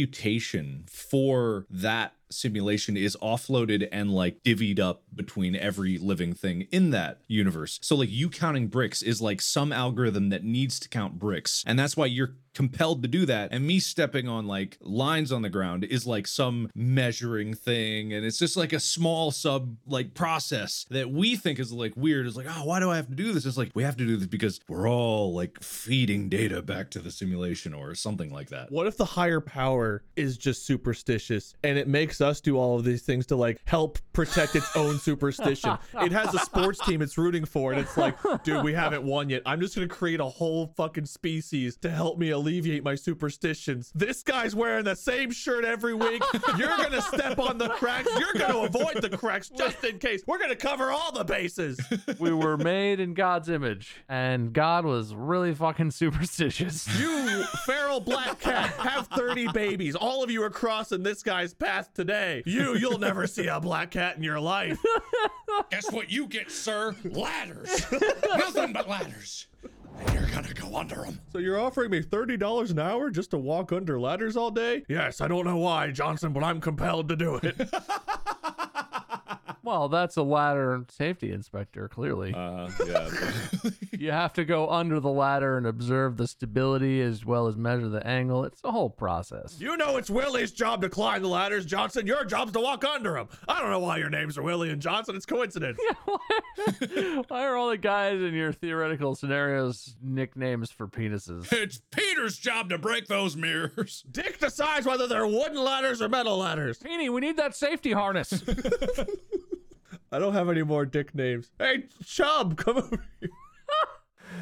Speaker 8: computation for that simulation is offloaded and like divvied up between every living thing in that universe? So like you counting bricks is like some algorithm that needs to count bricks, and that's why you're compelled to do that. And me stepping on like lines on the ground is like some measuring thing, and it's just like a small sub like process that we think is like weird. It's like, oh, why do I have to do this? It's like we have to do this because we're all like feeding data back to the simulation or something like that.
Speaker 1: What if the higher power is just superstitious and it makes us do all of these things to like help protect its own superstition? It has a sports team it's rooting for, and it's like, dude, we haven't won yet. I'm just gonna create a whole fucking species to help me alleviate my superstitions. This guy's wearing the same shirt every week. You're gonna step on the cracks. You're gonna avoid the cracks just in case. We're gonna cover all the bases.
Speaker 6: we were made in God's image, and God was really fucking superstitious.
Speaker 8: [laughs]
Speaker 1: You feral black cat have 30 babies. All of you are crossing this guy's path today. You, you'll never see a black cat in your life.
Speaker 7: Guess what you get, sir? Ladders. Nothing but ladders. And you're gonna go under them.
Speaker 1: So you're offering me $30 an hour just to walk under ladders all day? Yes, I don't know why, Johnson, but I'm compelled to do it.
Speaker 6: well, that's a ladder safety inspector, clearly.
Speaker 8: Uh, yeah. [laughs]
Speaker 6: you have to go under the ladder and observe the stability as well as measure the angle. It's a whole process.
Speaker 1: You know it's Willie's job to climb the ladders, Johnson. Your job's to walk under them. I don't know why your names are Willie and Johnson. It's coincidence.
Speaker 6: Why are all the guys in your theoretical scenarios nicknames for penises?
Speaker 8: [laughs]
Speaker 7: It's Peter's job to break those mirrors.
Speaker 1: Dick decides whether they're wooden ladders or metal ladders.
Speaker 6: Peeny, we need that safety harness.
Speaker 1: I don't have any more dick names. Hey, Chubb, come over here.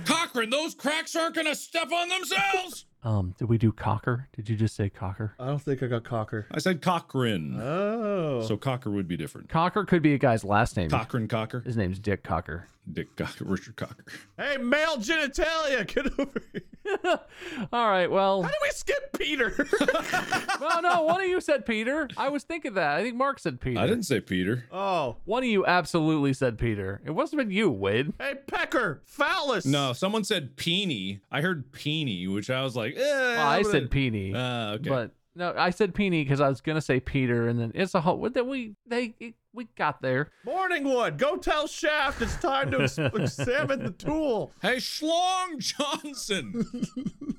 Speaker 7: Cochran, those cracks aren't gonna step on themselves.
Speaker 6: um, did we do cocker? Did you just say cocker?
Speaker 1: I don't think I got cocker.
Speaker 8: I said Cochrane.
Speaker 1: Oh.
Speaker 8: so Cocker would be different.
Speaker 6: Cocker could be a guy's last name.
Speaker 8: Cochrane Cocker.
Speaker 6: His name's Dick Cocker.
Speaker 8: Dick Cocker. Richard Cocker.
Speaker 1: Hey, male genitalia, get over here. [laughs]
Speaker 6: All right, well,
Speaker 1: How do we skip Peter? [laughs]
Speaker 6: well, Oh, no, one of you said Peter. I was thinking that. I think Mark said Peter.
Speaker 8: I didn't say Peter.
Speaker 1: oh.
Speaker 6: One of you absolutely said Peter. It must have been you, Wade.
Speaker 1: Hey, Pecker, phallus.
Speaker 8: No, someone said peenie. I heard peenie, which I was like, eh.
Speaker 6: Well, I
Speaker 8: what
Speaker 6: said
Speaker 8: a-
Speaker 6: Peeny.
Speaker 8: Ah, okay.
Speaker 6: But no, I said Peeny because I was gonna say Peter, and then it's a whole. That we they it, we got there.
Speaker 1: Morningwood, go tell Shaft it's time to ex- examine the tool.
Speaker 7: Hey, Schlong
Speaker 6: [laughs]
Speaker 7: Johnson.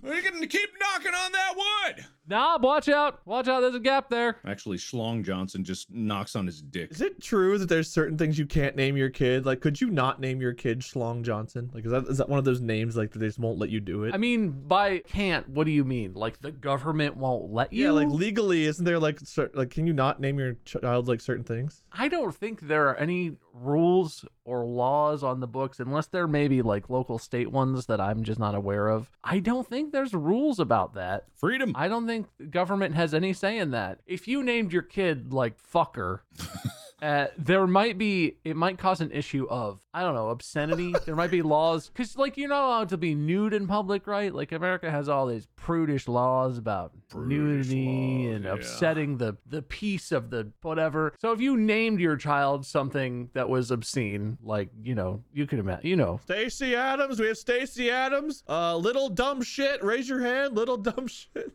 Speaker 7: We're gonna keep knocking on that wood.
Speaker 6: Knob, watch out! Watch out! There's a gap there.
Speaker 8: Actually, Schlong Johnson just knocks on his dick.
Speaker 1: Is it true that there's certain things you can't name your kid? Like, could you not name your kid Schlong Johnson? Like, is that is that one of those names like that they just won't let you do it?
Speaker 6: I mean, by can't, what do you mean? Like the government won't let you?
Speaker 1: yeah, like legally, isn't there like cer- like can you not name your child like certain things?
Speaker 6: I don't think there are any rules or laws on the books, unless there may be like local state ones that I'm just not aware of. I don't think there's rules about that.
Speaker 8: Freedom.
Speaker 6: I don't think the government has any say in that. If you named your kid like fucker, uh, there might be it might cause an issue of I don't know obscenity. there might be laws because like you're not allowed to be nude in public, right? Like America has all these prudish laws about nudity and upsetting the the peace of the whatever. So if you named your child something that was obscene, like you know you could imagine, you know.
Speaker 1: Stacy Adams, we have Stacy Adams. Uh, little dumb shit, raise your hand. Little dumb [laughs] shit.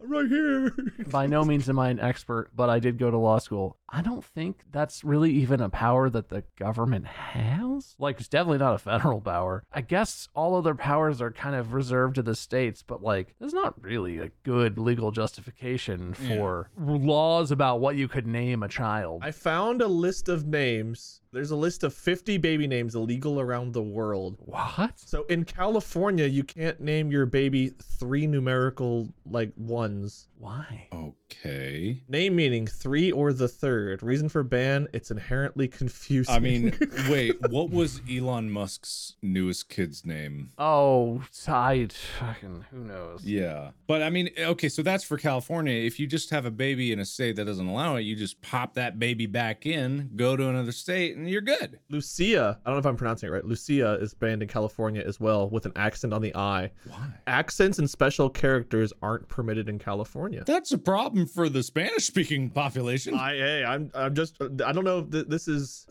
Speaker 1: I'm right here.
Speaker 6: by [laughs] no means am I an expert, but I did go to law school. I don't think that's really even a power that the government has. Like, it's definitely not a federal power. I guess all other powers are kind of reserved to the states, but like, there's not really a good legal justification for laws about what you could name a child.
Speaker 1: I found a list of names. There's a list of 50 baby names illegal around the world.
Speaker 6: what?
Speaker 1: So in California, you can't name your baby three numerical like ones.
Speaker 6: Why? [laughs]
Speaker 8: okay.
Speaker 1: Name meaning three or the third. Reason for ban: it's inherently confusing.
Speaker 8: I mean, wait, what was Elon Musk's newest kid's name?
Speaker 6: Oh, I fucking who knows.
Speaker 8: Yeah. But I mean, okay, so that's for California. If you just have a baby in a state that doesn't allow it, you just pop that baby back in, go to another state, and you're good.
Speaker 1: [laughs] Lucia. I don't know if I'm pronouncing it right. Lucia is banned in California as well with an accent on the I. Why? Accents and special characters aren't permitted in California.
Speaker 8: That's
Speaker 7: problem for the Spanish speaking population.
Speaker 1: I, hey, I'm, I'm just, I don't know if th- this is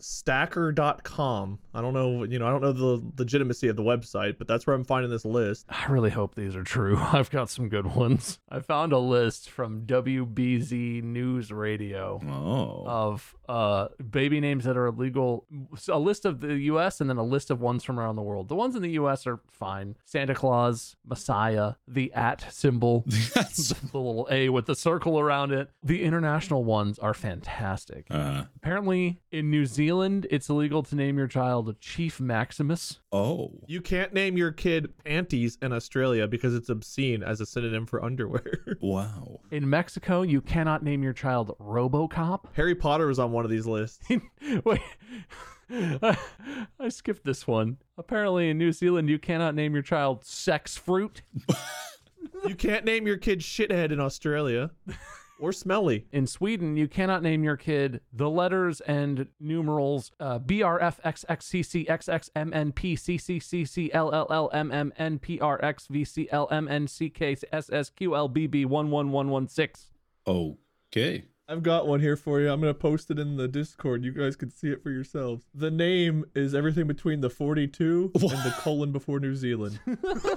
Speaker 1: stacker.com. I don't know, you know, I don't know the legitimacy of the website, but that's where I'm finding this list.
Speaker 6: I really hope these are true. [laughs] I've got some good ones. I found a list from WBZ News Radio
Speaker 8: Oh.
Speaker 6: of uh, baby names that are illegal. So A list of the U.S. and then a list of ones from around the world. The ones in the U.S. are fine: Santa Claus, Messiah, the at symbol,
Speaker 8: [laughs] That's.
Speaker 6: the little A with the circle around it. The international ones are fantastic.
Speaker 8: Uh,
Speaker 6: Apparently, in New Zealand, it's illegal to name your child Chief Maximus.
Speaker 8: oh.
Speaker 1: You can't name your kid panties in Australia because it's obscene as a synonym for underwear. [laughs]
Speaker 8: Wow.
Speaker 6: In Mexico, you cannot name your child RoboCop. [laughs]
Speaker 1: Harry Potter was on one of these [laughs] lists.
Speaker 6: Wait. I skipped this one. Apparently, in New Zealand, you cannot name your child sex fruit.
Speaker 1: You can't name your kid shithead in Australia or smelly.
Speaker 6: In Sweden, you cannot name your kid the letters and numerals uh, BRFXXCCXXMNPCCCCLLLMMNPRXVCLMNCKSSQLBB11116.
Speaker 8: [laughs] Okay.
Speaker 1: I've got one here for you. I'm going to post it in the Discord. You guys can see it for yourselves. The name is everything between the 42 and the colon before New Zealand.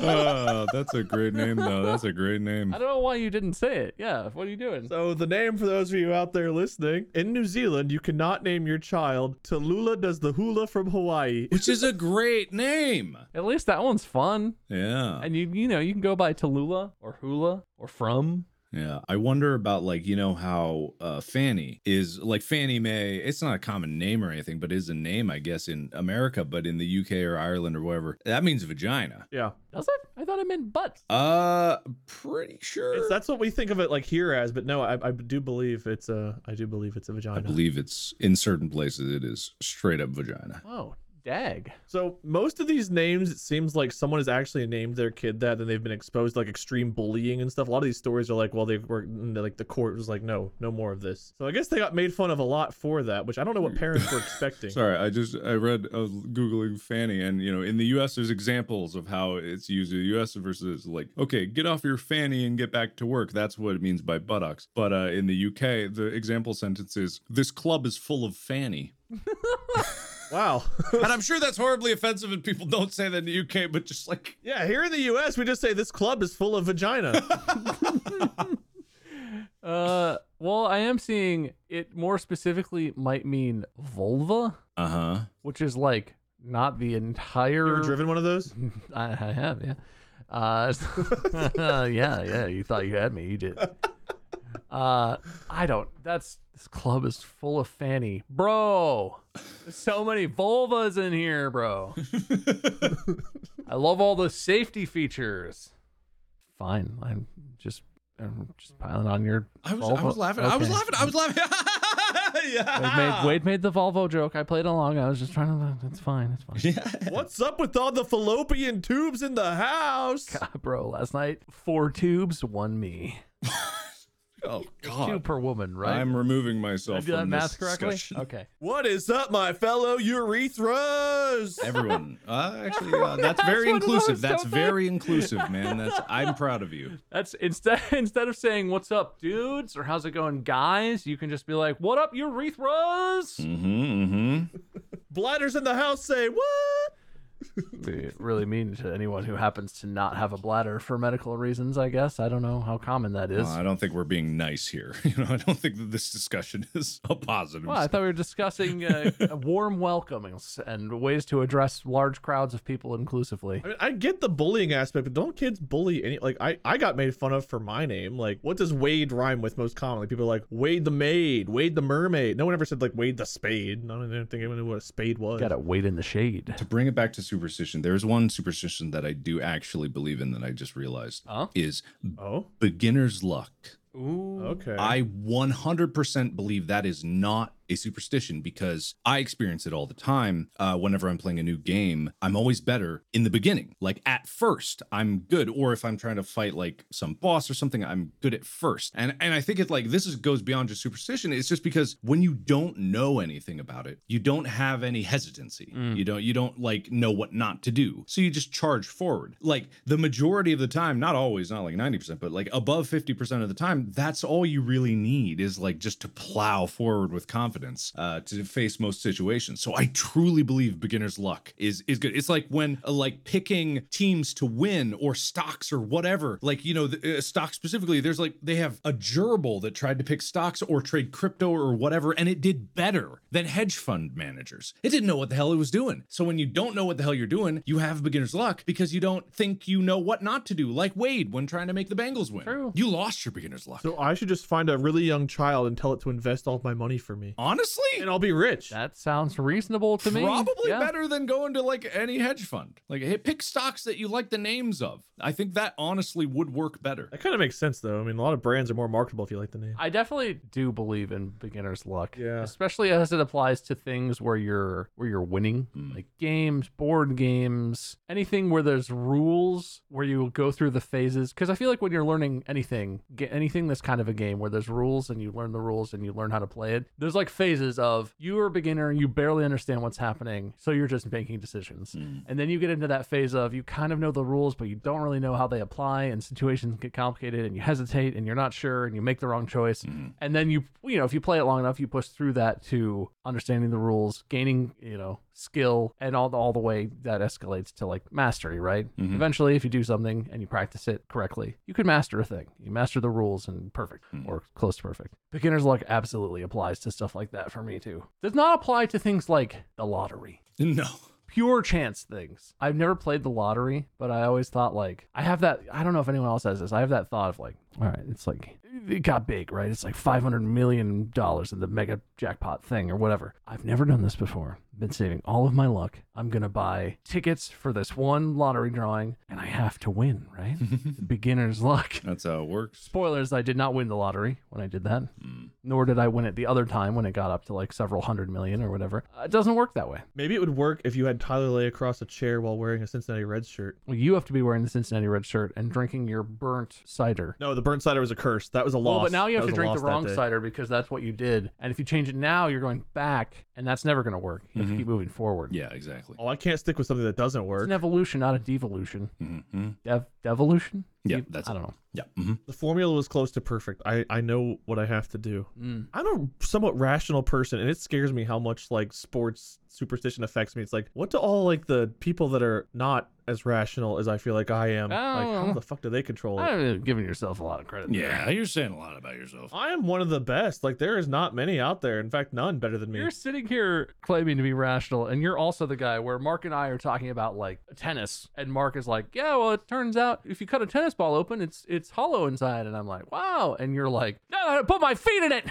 Speaker 8: Uh, that's a great name, though. That's a great name.
Speaker 6: I don't know why you didn't say it. Yeah, what are you doing?
Speaker 1: So the name for those of you out there listening, in New Zealand, you cannot name your child Tallulah does the hula from Hawaii. [laughs]
Speaker 8: Which is a great name.
Speaker 6: At least that one's fun.
Speaker 8: Yeah.
Speaker 6: And you you know, you can go by Tallulah or Hula or From.
Speaker 8: Yeah. I wonder about, like, you know, how uh, Fanny is like Fanny Mae. It's not a common name or anything, but is a name, I guess, in America, but in the UK or Ireland or wherever. That means vagina.
Speaker 1: Yeah.
Speaker 6: Does it? I thought it meant butt.
Speaker 8: Uh, pretty sure.
Speaker 1: It's, that's what we think of it like here as, but no, I, I do believe it's a I do believe it's a
Speaker 8: I
Speaker 1: vagina.
Speaker 8: believe it's in certain places, it is straight up vagina.
Speaker 6: Oh, dag.
Speaker 1: So most of these names, it seems like someone has actually named their kid that, and they've been exposed to like extreme bullying and stuff. A lot of these stories are like, well, they were and they're like the court was like, no, no more of this. So I guess they got made fun of a lot for that, which I don't know what parents
Speaker 8: [laughs]
Speaker 1: were expecting.
Speaker 8: Sorry, I just I read I was googling Fanny, and you know, in the U.S., there's examples of how it's used. in The U.S. versus like, okay, get off your fanny and get back to work. That's what it means by buttocks. But uh, in the U.K., the example sentence is, "This club is full of [laughs] fanny,"
Speaker 1: Wow. [laughs]
Speaker 8: and I'm sure that's horribly offensive, and people don't say that in the U.K., but just like,
Speaker 1: yeah, here in the U.S., we just say this club is full of
Speaker 8: [laughs]
Speaker 1: vagina.
Speaker 6: Uh well, I am seeing it more specifically might mean vulva,
Speaker 8: uh huh.
Speaker 6: which is like not the entire
Speaker 1: Ever driven one of those?
Speaker 6: [laughs] I, I have, yeah. Uh, [laughs] yeah, yeah. You thought you had me. You did. Uh, I don't. That's this club is full of fanny, bro. There's so many vulvas in here,
Speaker 8: [laughs]
Speaker 6: bro. I love all the safety features. Fine, I'm just, I'm just piling on your.
Speaker 8: I was I
Speaker 6: vulva.
Speaker 8: was laughing. I was
Speaker 6: Okay.
Speaker 8: laughing. I was laughing. [laughs]
Speaker 6: Wade made, Wade made the Volvo joke. I played along. I was just trying to. It's fine. It's fine.
Speaker 1: What's up with all the fallopian tubes in the house?
Speaker 6: Bro, last night, four tubes, one me.
Speaker 8: oh
Speaker 6: Two
Speaker 8: God.
Speaker 6: per woman, right?
Speaker 8: I'm removing myself
Speaker 6: Did I do that
Speaker 8: from this
Speaker 6: math correctly?
Speaker 8: discussion.
Speaker 6: Okay.
Speaker 1: What is up, my fellow urethras?
Speaker 6: [laughs]
Speaker 8: Everyone, uh, actually, uh, that's very
Speaker 6: one of those,
Speaker 8: inclusive. That's
Speaker 6: don't they?
Speaker 8: very inclusive, man. That's I'm proud of you.
Speaker 6: That's instead [laughs] instead of saying what's up, dudes, or how's it going, guys, you can just be like, What up, urethras?
Speaker 8: Mm-hmm. mm-hmm.
Speaker 1: Bladders in the house say what?
Speaker 6: Be really mean to anyone who happens to not have a bladder for medical reasons, I guess. I don't know how common that is.
Speaker 8: Well, I don't think we're being nice here. [laughs] You know, I don't think that this discussion [laughs] is a positive.
Speaker 6: Well, I thought we were discussing [laughs] uh, warm welcomings and ways to address large crowds of people inclusively.
Speaker 1: I mean, I get the bullying aspect, but don't kids bully any? Like, I, I got made fun of for my name. Like, what does Wade rhyme with most commonly? People are like, Wade the maid, Wade the mermaid. No one ever said, like, Wade the spade. No, I don't think anyone knew what a spade was.
Speaker 6: Gotta wait in the shade.
Speaker 8: to bring it back to superstition, there's one superstition that I do actually believe in that I just realized
Speaker 6: Huh?
Speaker 8: is
Speaker 1: Oh,
Speaker 8: beginner's luck.
Speaker 6: Ooh.
Speaker 1: okay.
Speaker 8: I 100% believe that is not a superstition because I experience it all the time. Uh, whenever I'm playing a new game, I'm always better in the beginning. Like at first, I'm good, or if I'm trying to fight like some boss or something, I'm good at first. And and I think it like this is goes beyond just superstition. It's just because when you don't know anything about it, you don't have any hesitancy. You don't you don't like know what not to do, so you just charge forward. Like the majority of the time, not always, not like ninety percent, but like above fifty percent of the time, that's all you really need is like just to plow forward with confidence uh, to face most situations. So I truly believe beginner's luck is is good. It's like when uh, like picking teams to win or stocks or whatever. Like you know, the, uh, stocks specifically. There's like they have a gerbil that tried to pick stocks or trade crypto or whatever, and it did better than hedge fund managers. It didn't know what the hell it was doing. So when you don't know what the hell you're doing, you have beginner's luck because you don't think you know what not to do. Like Wade when trying to make the Bengals win,
Speaker 6: True.
Speaker 8: you lost your beginner's luck.
Speaker 1: So I should just find a really young child and tell it to invest all of my money for me.
Speaker 8: Honestly,
Speaker 1: And I'll be rich.
Speaker 6: That sounds reasonable to me.
Speaker 8: Probably
Speaker 6: Yeah.
Speaker 8: better than going to like any hedge fund. Like hey, pick stocks that you like the names of. I think that honestly would
Speaker 1: [laughs]
Speaker 8: work better.
Speaker 1: That kind of makes sense, though. I mean, a lot of brands are more marketable if you like the name.
Speaker 6: I definitely do believe in beginner's luck.
Speaker 1: Yeah.
Speaker 6: Especially as it applies to things where you're where you're winning, like games, board games, anything where there's rules where you go through the phases cuz I feel like when you're learning anything, ga- anything that's kind of a game where there's rules and you learn the rules and you learn how to play it, there's like phases of you're a beginner, you barely understand what's happening, so you're just making decisions. And then you get into that phase of you kind of know the rules, but you don't really know how they apply, and situations get complicated, and you hesitate, and you're not sure, and you make the wrong choice. And then you, you know, if you play it long enough, you push through that to understanding the rules, gaining, you know, skill, and all the, all the way that escalates to like mastery, right? Eventually, if you do something and you practice it correctly, you can master a thing. You master the rules and perfect or close to perfect. Beginner's luck absolutely applies to stuff like that for me too. Does not apply to things like the lottery
Speaker 8: No.
Speaker 6: pure chance things. I've never played the lottery, but I always thought like I have that. I don't know if anyone else has this. I have that thought of like, all right, it's like it got big, right? It's like five hundred million dollars in the mega jackpot thing or whatever. I've never done this before. Been saving all of my luck. I'm gonna buy tickets for this one lottery drawing, and I have to win, right? Beginner's luck.
Speaker 8: That's how it works.
Speaker 6: Spoilers, I did not win the lottery when I did that, nor did I win it the other time when it got up to like several hundred million or whatever. Uh, It doesn't work that way.
Speaker 1: Maybe it would work if you had Tyler lay across a chair while wearing a Cincinnati Reds shirt.
Speaker 6: Well, you have to be wearing the Cincinnati red shirt and drinking your burnt cider.
Speaker 1: No, the burnt cider was a curse. That was a loss.
Speaker 6: Well, but now you
Speaker 1: That
Speaker 6: have to
Speaker 1: was a
Speaker 6: drink
Speaker 1: loss
Speaker 6: the
Speaker 1: that
Speaker 6: wrong
Speaker 1: day.
Speaker 6: cider because that's what you did. And if you change it now, you're going back, and that's never going to work.
Speaker 1: Mm-hmm.
Speaker 6: You have to keep moving forward.
Speaker 8: Yeah, exactly.
Speaker 1: Oh, I can't stick with something that doesn't
Speaker 6: It's
Speaker 1: work.
Speaker 6: an evolution, not a devolution.
Speaker 1: Mm.
Speaker 8: Mm-hmm.
Speaker 6: Dev devolution?
Speaker 8: Yeah,
Speaker 6: De-
Speaker 8: that's
Speaker 6: I
Speaker 8: it.
Speaker 6: don't know.
Speaker 8: Yeah. hmm
Speaker 1: The formula was close to perfect. I, I know what I have to do.
Speaker 6: Mm.
Speaker 1: I'm a somewhat rational person, and it scares me how much like sports superstition affects me. It's like, what do all like the people that are not as rational as I feel like I am? Like, how
Speaker 6: Oh.
Speaker 1: the fuck do they control it?
Speaker 6: I'm giving yourself a lot of credit. there.
Speaker 8: Yeah, you're saying a lot about yourself.
Speaker 1: I am one of the best. Like, there is not many out there. In fact, none better than me.
Speaker 6: You're sitting here claiming to be rational, and you're also the guy where Mark and I are talking about like tennis, and Mark is like, "Yeah, well, it turns out if you cut a tennis ball open, it's it's hollow inside," and I'm like, "Wow," and you're like, "No, I put my feet in it."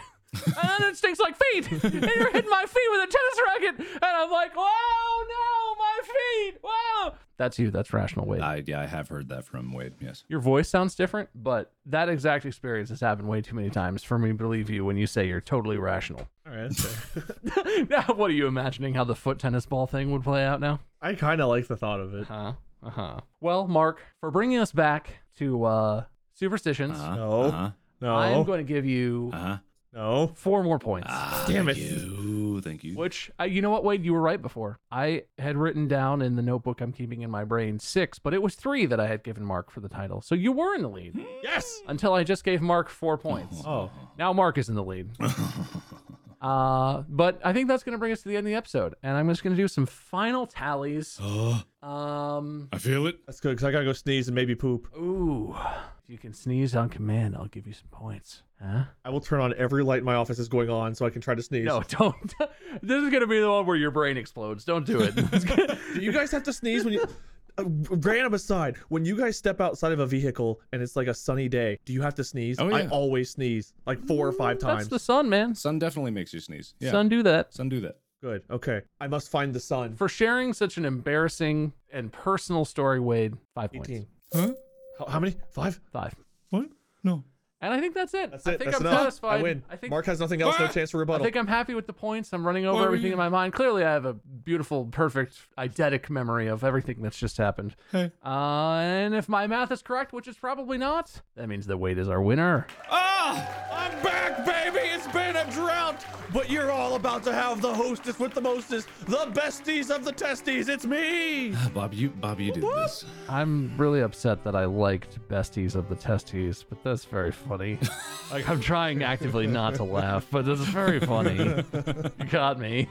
Speaker 6: and then it stinks like feet. And you're hitting my feet with a tennis racket. And I'm like, oh no, my feet. Wow. That's you. That's rational way.
Speaker 8: I yeah, I have heard that from Wade. Yes.
Speaker 6: Your voice sounds different, but that exact experience has happened way too many times for me to believe you when you say you're totally rational.
Speaker 1: All right, that's fair. [laughs]
Speaker 6: [laughs] now, what are you imagining how the foot tennis ball thing would play out now?
Speaker 1: I kind of like the thought of
Speaker 6: [laughs]
Speaker 1: it.
Speaker 6: Huh? Uh huh. Well, Mark, for bringing us back to uh, superstitions,
Speaker 8: Uh-huh.
Speaker 1: No.
Speaker 8: Uh-huh.
Speaker 1: No,
Speaker 6: I am going to give you
Speaker 8: Uh-huh.
Speaker 1: no.
Speaker 6: four more points.
Speaker 8: Ah.
Speaker 1: Damn it.
Speaker 8: You. Thank you.
Speaker 6: Which, uh, you know what, Wade, you were right before. I had written down in the notebook I'm keeping in my brain six, but it was three that I had given Mark for the title. So you were in the lead
Speaker 1: Yes.
Speaker 6: until I just gave Mark four points.
Speaker 1: Hmm. Oh,
Speaker 6: Now Mark is in the lead. uh, but I think that's going to bring us to the end of the episode. And I'm just going to do some final tallies. um,
Speaker 7: I feel it.
Speaker 1: that's good because I gotta go sneeze and maybe poop.
Speaker 6: ooh. If you can sneeze on command, I'll give you some points. Huh?
Speaker 1: I will turn on every light in my office is going on so I can try to sneeze.
Speaker 6: No, [laughs] don't. this is going to be the one where your brain explodes. Don't do it.
Speaker 1: Do you guys have to sneeze when you? Uh, random aside, when you guys step outside of a vehicle and it's like a sunny day, do you have to sneeze?
Speaker 8: Oh,
Speaker 1: I
Speaker 8: yeah.
Speaker 1: always sneeze like four or five
Speaker 6: that's
Speaker 1: times.
Speaker 6: the sun, man.
Speaker 8: [laughs] Sun definitely makes you sneeze. Yeah.
Speaker 6: Sun do that.
Speaker 8: Sun do that.
Speaker 1: Good. Okay. I must find the sun.
Speaker 6: For sharing such an embarrassing and personal story, Wade, five points.
Speaker 1: Eighteen. How, how many? Five.
Speaker 6: Five.
Speaker 8: What? No.
Speaker 2: And I think that's it.
Speaker 1: That's
Speaker 2: I
Speaker 1: it.
Speaker 2: think
Speaker 1: That's
Speaker 2: I'm
Speaker 1: enough.
Speaker 2: satisfied.
Speaker 1: I win.
Speaker 2: I think
Speaker 1: Mark has nothing else. No
Speaker 6: What?
Speaker 1: chance for
Speaker 2: I
Speaker 1: rebuttal.
Speaker 2: think I'm happy with the points. I'm running over
Speaker 6: Why were
Speaker 2: everything
Speaker 6: you-
Speaker 2: in my mind. Clearly, I have a beautiful, perfect, eidetic memory of everything that's just happened.
Speaker 6: Hey.
Speaker 2: Uh, and if my math is correct, which is probably not, that means the weight is our winner.
Speaker 6: Ah, I'm back, baby. It's been a drought.
Speaker 1: but you're all about to have the hostess with the mostest, the besties of the testies. It's me.
Speaker 8: Bob, you Bob, you did this.
Speaker 2: I'm really upset that I liked besties of the testes, but that's very
Speaker 6: [laughs]
Speaker 2: funny. like I'm trying actively not to laugh, but that's very
Speaker 6: [laughs]
Speaker 2: funny. you got me.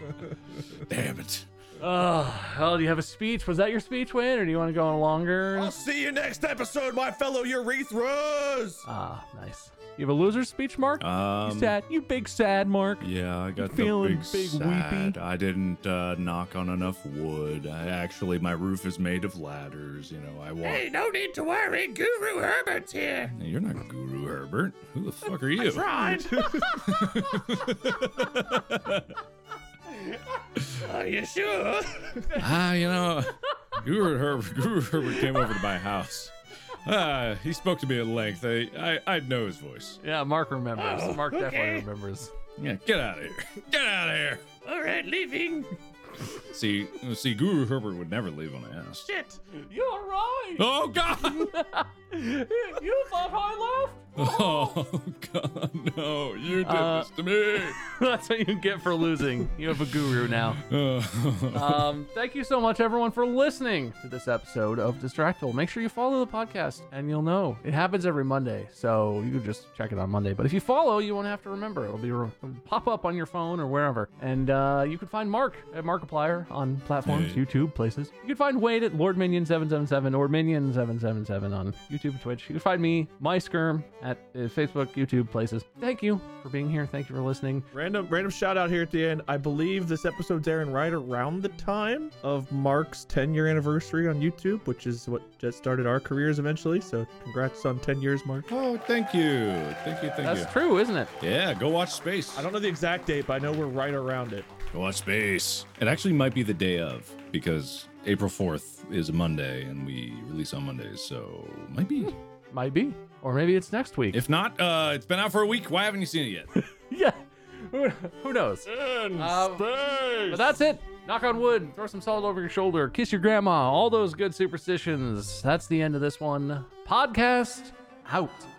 Speaker 6: Damn it.
Speaker 2: Oh, well, do you have a speech? Was that your speech, Wayne, or do you want to go on longer?
Speaker 1: I'll see you next episode, my fellow urethras.
Speaker 2: Ah, nice. You have a loser's speech, Mark? you
Speaker 8: Um,
Speaker 2: sad. You big sad, Mark.
Speaker 8: yeah, I got the
Speaker 2: feeling
Speaker 8: big,
Speaker 2: big
Speaker 8: sad.
Speaker 2: weepy?
Speaker 8: I didn't uh, knock on enough wood. I actually, my roof is made of ladders. You know, I walk.
Speaker 6: Hey, no need to worry. Guru Herbert's here.
Speaker 8: Hey, You're not Guru Herbert. Who the fuck are you? [laughs]
Speaker 6: Right. Are you sure?
Speaker 8: Ah, you know, Guru Herbert, Guru Herbert came over to my house. Uh, he spoke to me at length. I, I, I know his voice.
Speaker 2: Yeah, Mark remembers.
Speaker 6: Oh,
Speaker 2: Mark
Speaker 6: okay.
Speaker 2: definitely remembers.
Speaker 8: Yeah, get out of here. [laughs] Get out of here.
Speaker 6: All right, leaving.
Speaker 8: See, see, Guru Herbert would never leave on a house.
Speaker 6: Shit.
Speaker 2: You're right.
Speaker 8: Oh God! [laughs]
Speaker 2: you thought I left.
Speaker 8: Oh God! No, you did
Speaker 2: Uh,
Speaker 8: this to me.
Speaker 2: [laughs] That's what you get for losing. You have a guru now.
Speaker 8: [laughs]
Speaker 2: um, thank you so much, everyone, for listening to this episode of Distractable. Make sure you follow the podcast, and you'll know it happens every Monday. So you can just check it on Monday. But if you follow, you won't have to remember. It'll be it'll pop up on your phone or wherever. And uh, you can find Mark at Markiplier on platforms, YouTube, places. You can find Wade at Lord Minion seven seven seven or Minion seven seven seven on YouTube and Twitch. You can find me, my skirm, at uh, Facebook, YouTube, places. Thank you for being here. Thank you for listening.
Speaker 1: Random random shout out here at the end. I believe this episode's airing right around the time of Mark's 10 year anniversary on YouTube, which is what just started our careers eventually. So congrats on 10 years, Mark.
Speaker 8: Oh, thank you, thank you, thank
Speaker 2: That's
Speaker 8: you.
Speaker 2: true, isn't it?
Speaker 8: Yeah, go watch Space.
Speaker 1: I don't know the exact date, but I know we're right around it.
Speaker 8: Go watch Space. It actually might be the day of because April fourth is a Monday and we release on Mondays, so might be.
Speaker 2: Might be. Or maybe it's next week.
Speaker 8: If not, uh, it's been out for a week. Why haven't you seen it yet?
Speaker 2: yeah. Who, who knows? Um, But that's it. Knock on wood. Throw some salt over your shoulder. Kiss your grandma. All those good superstitions. That's the end of this one. Podcast out.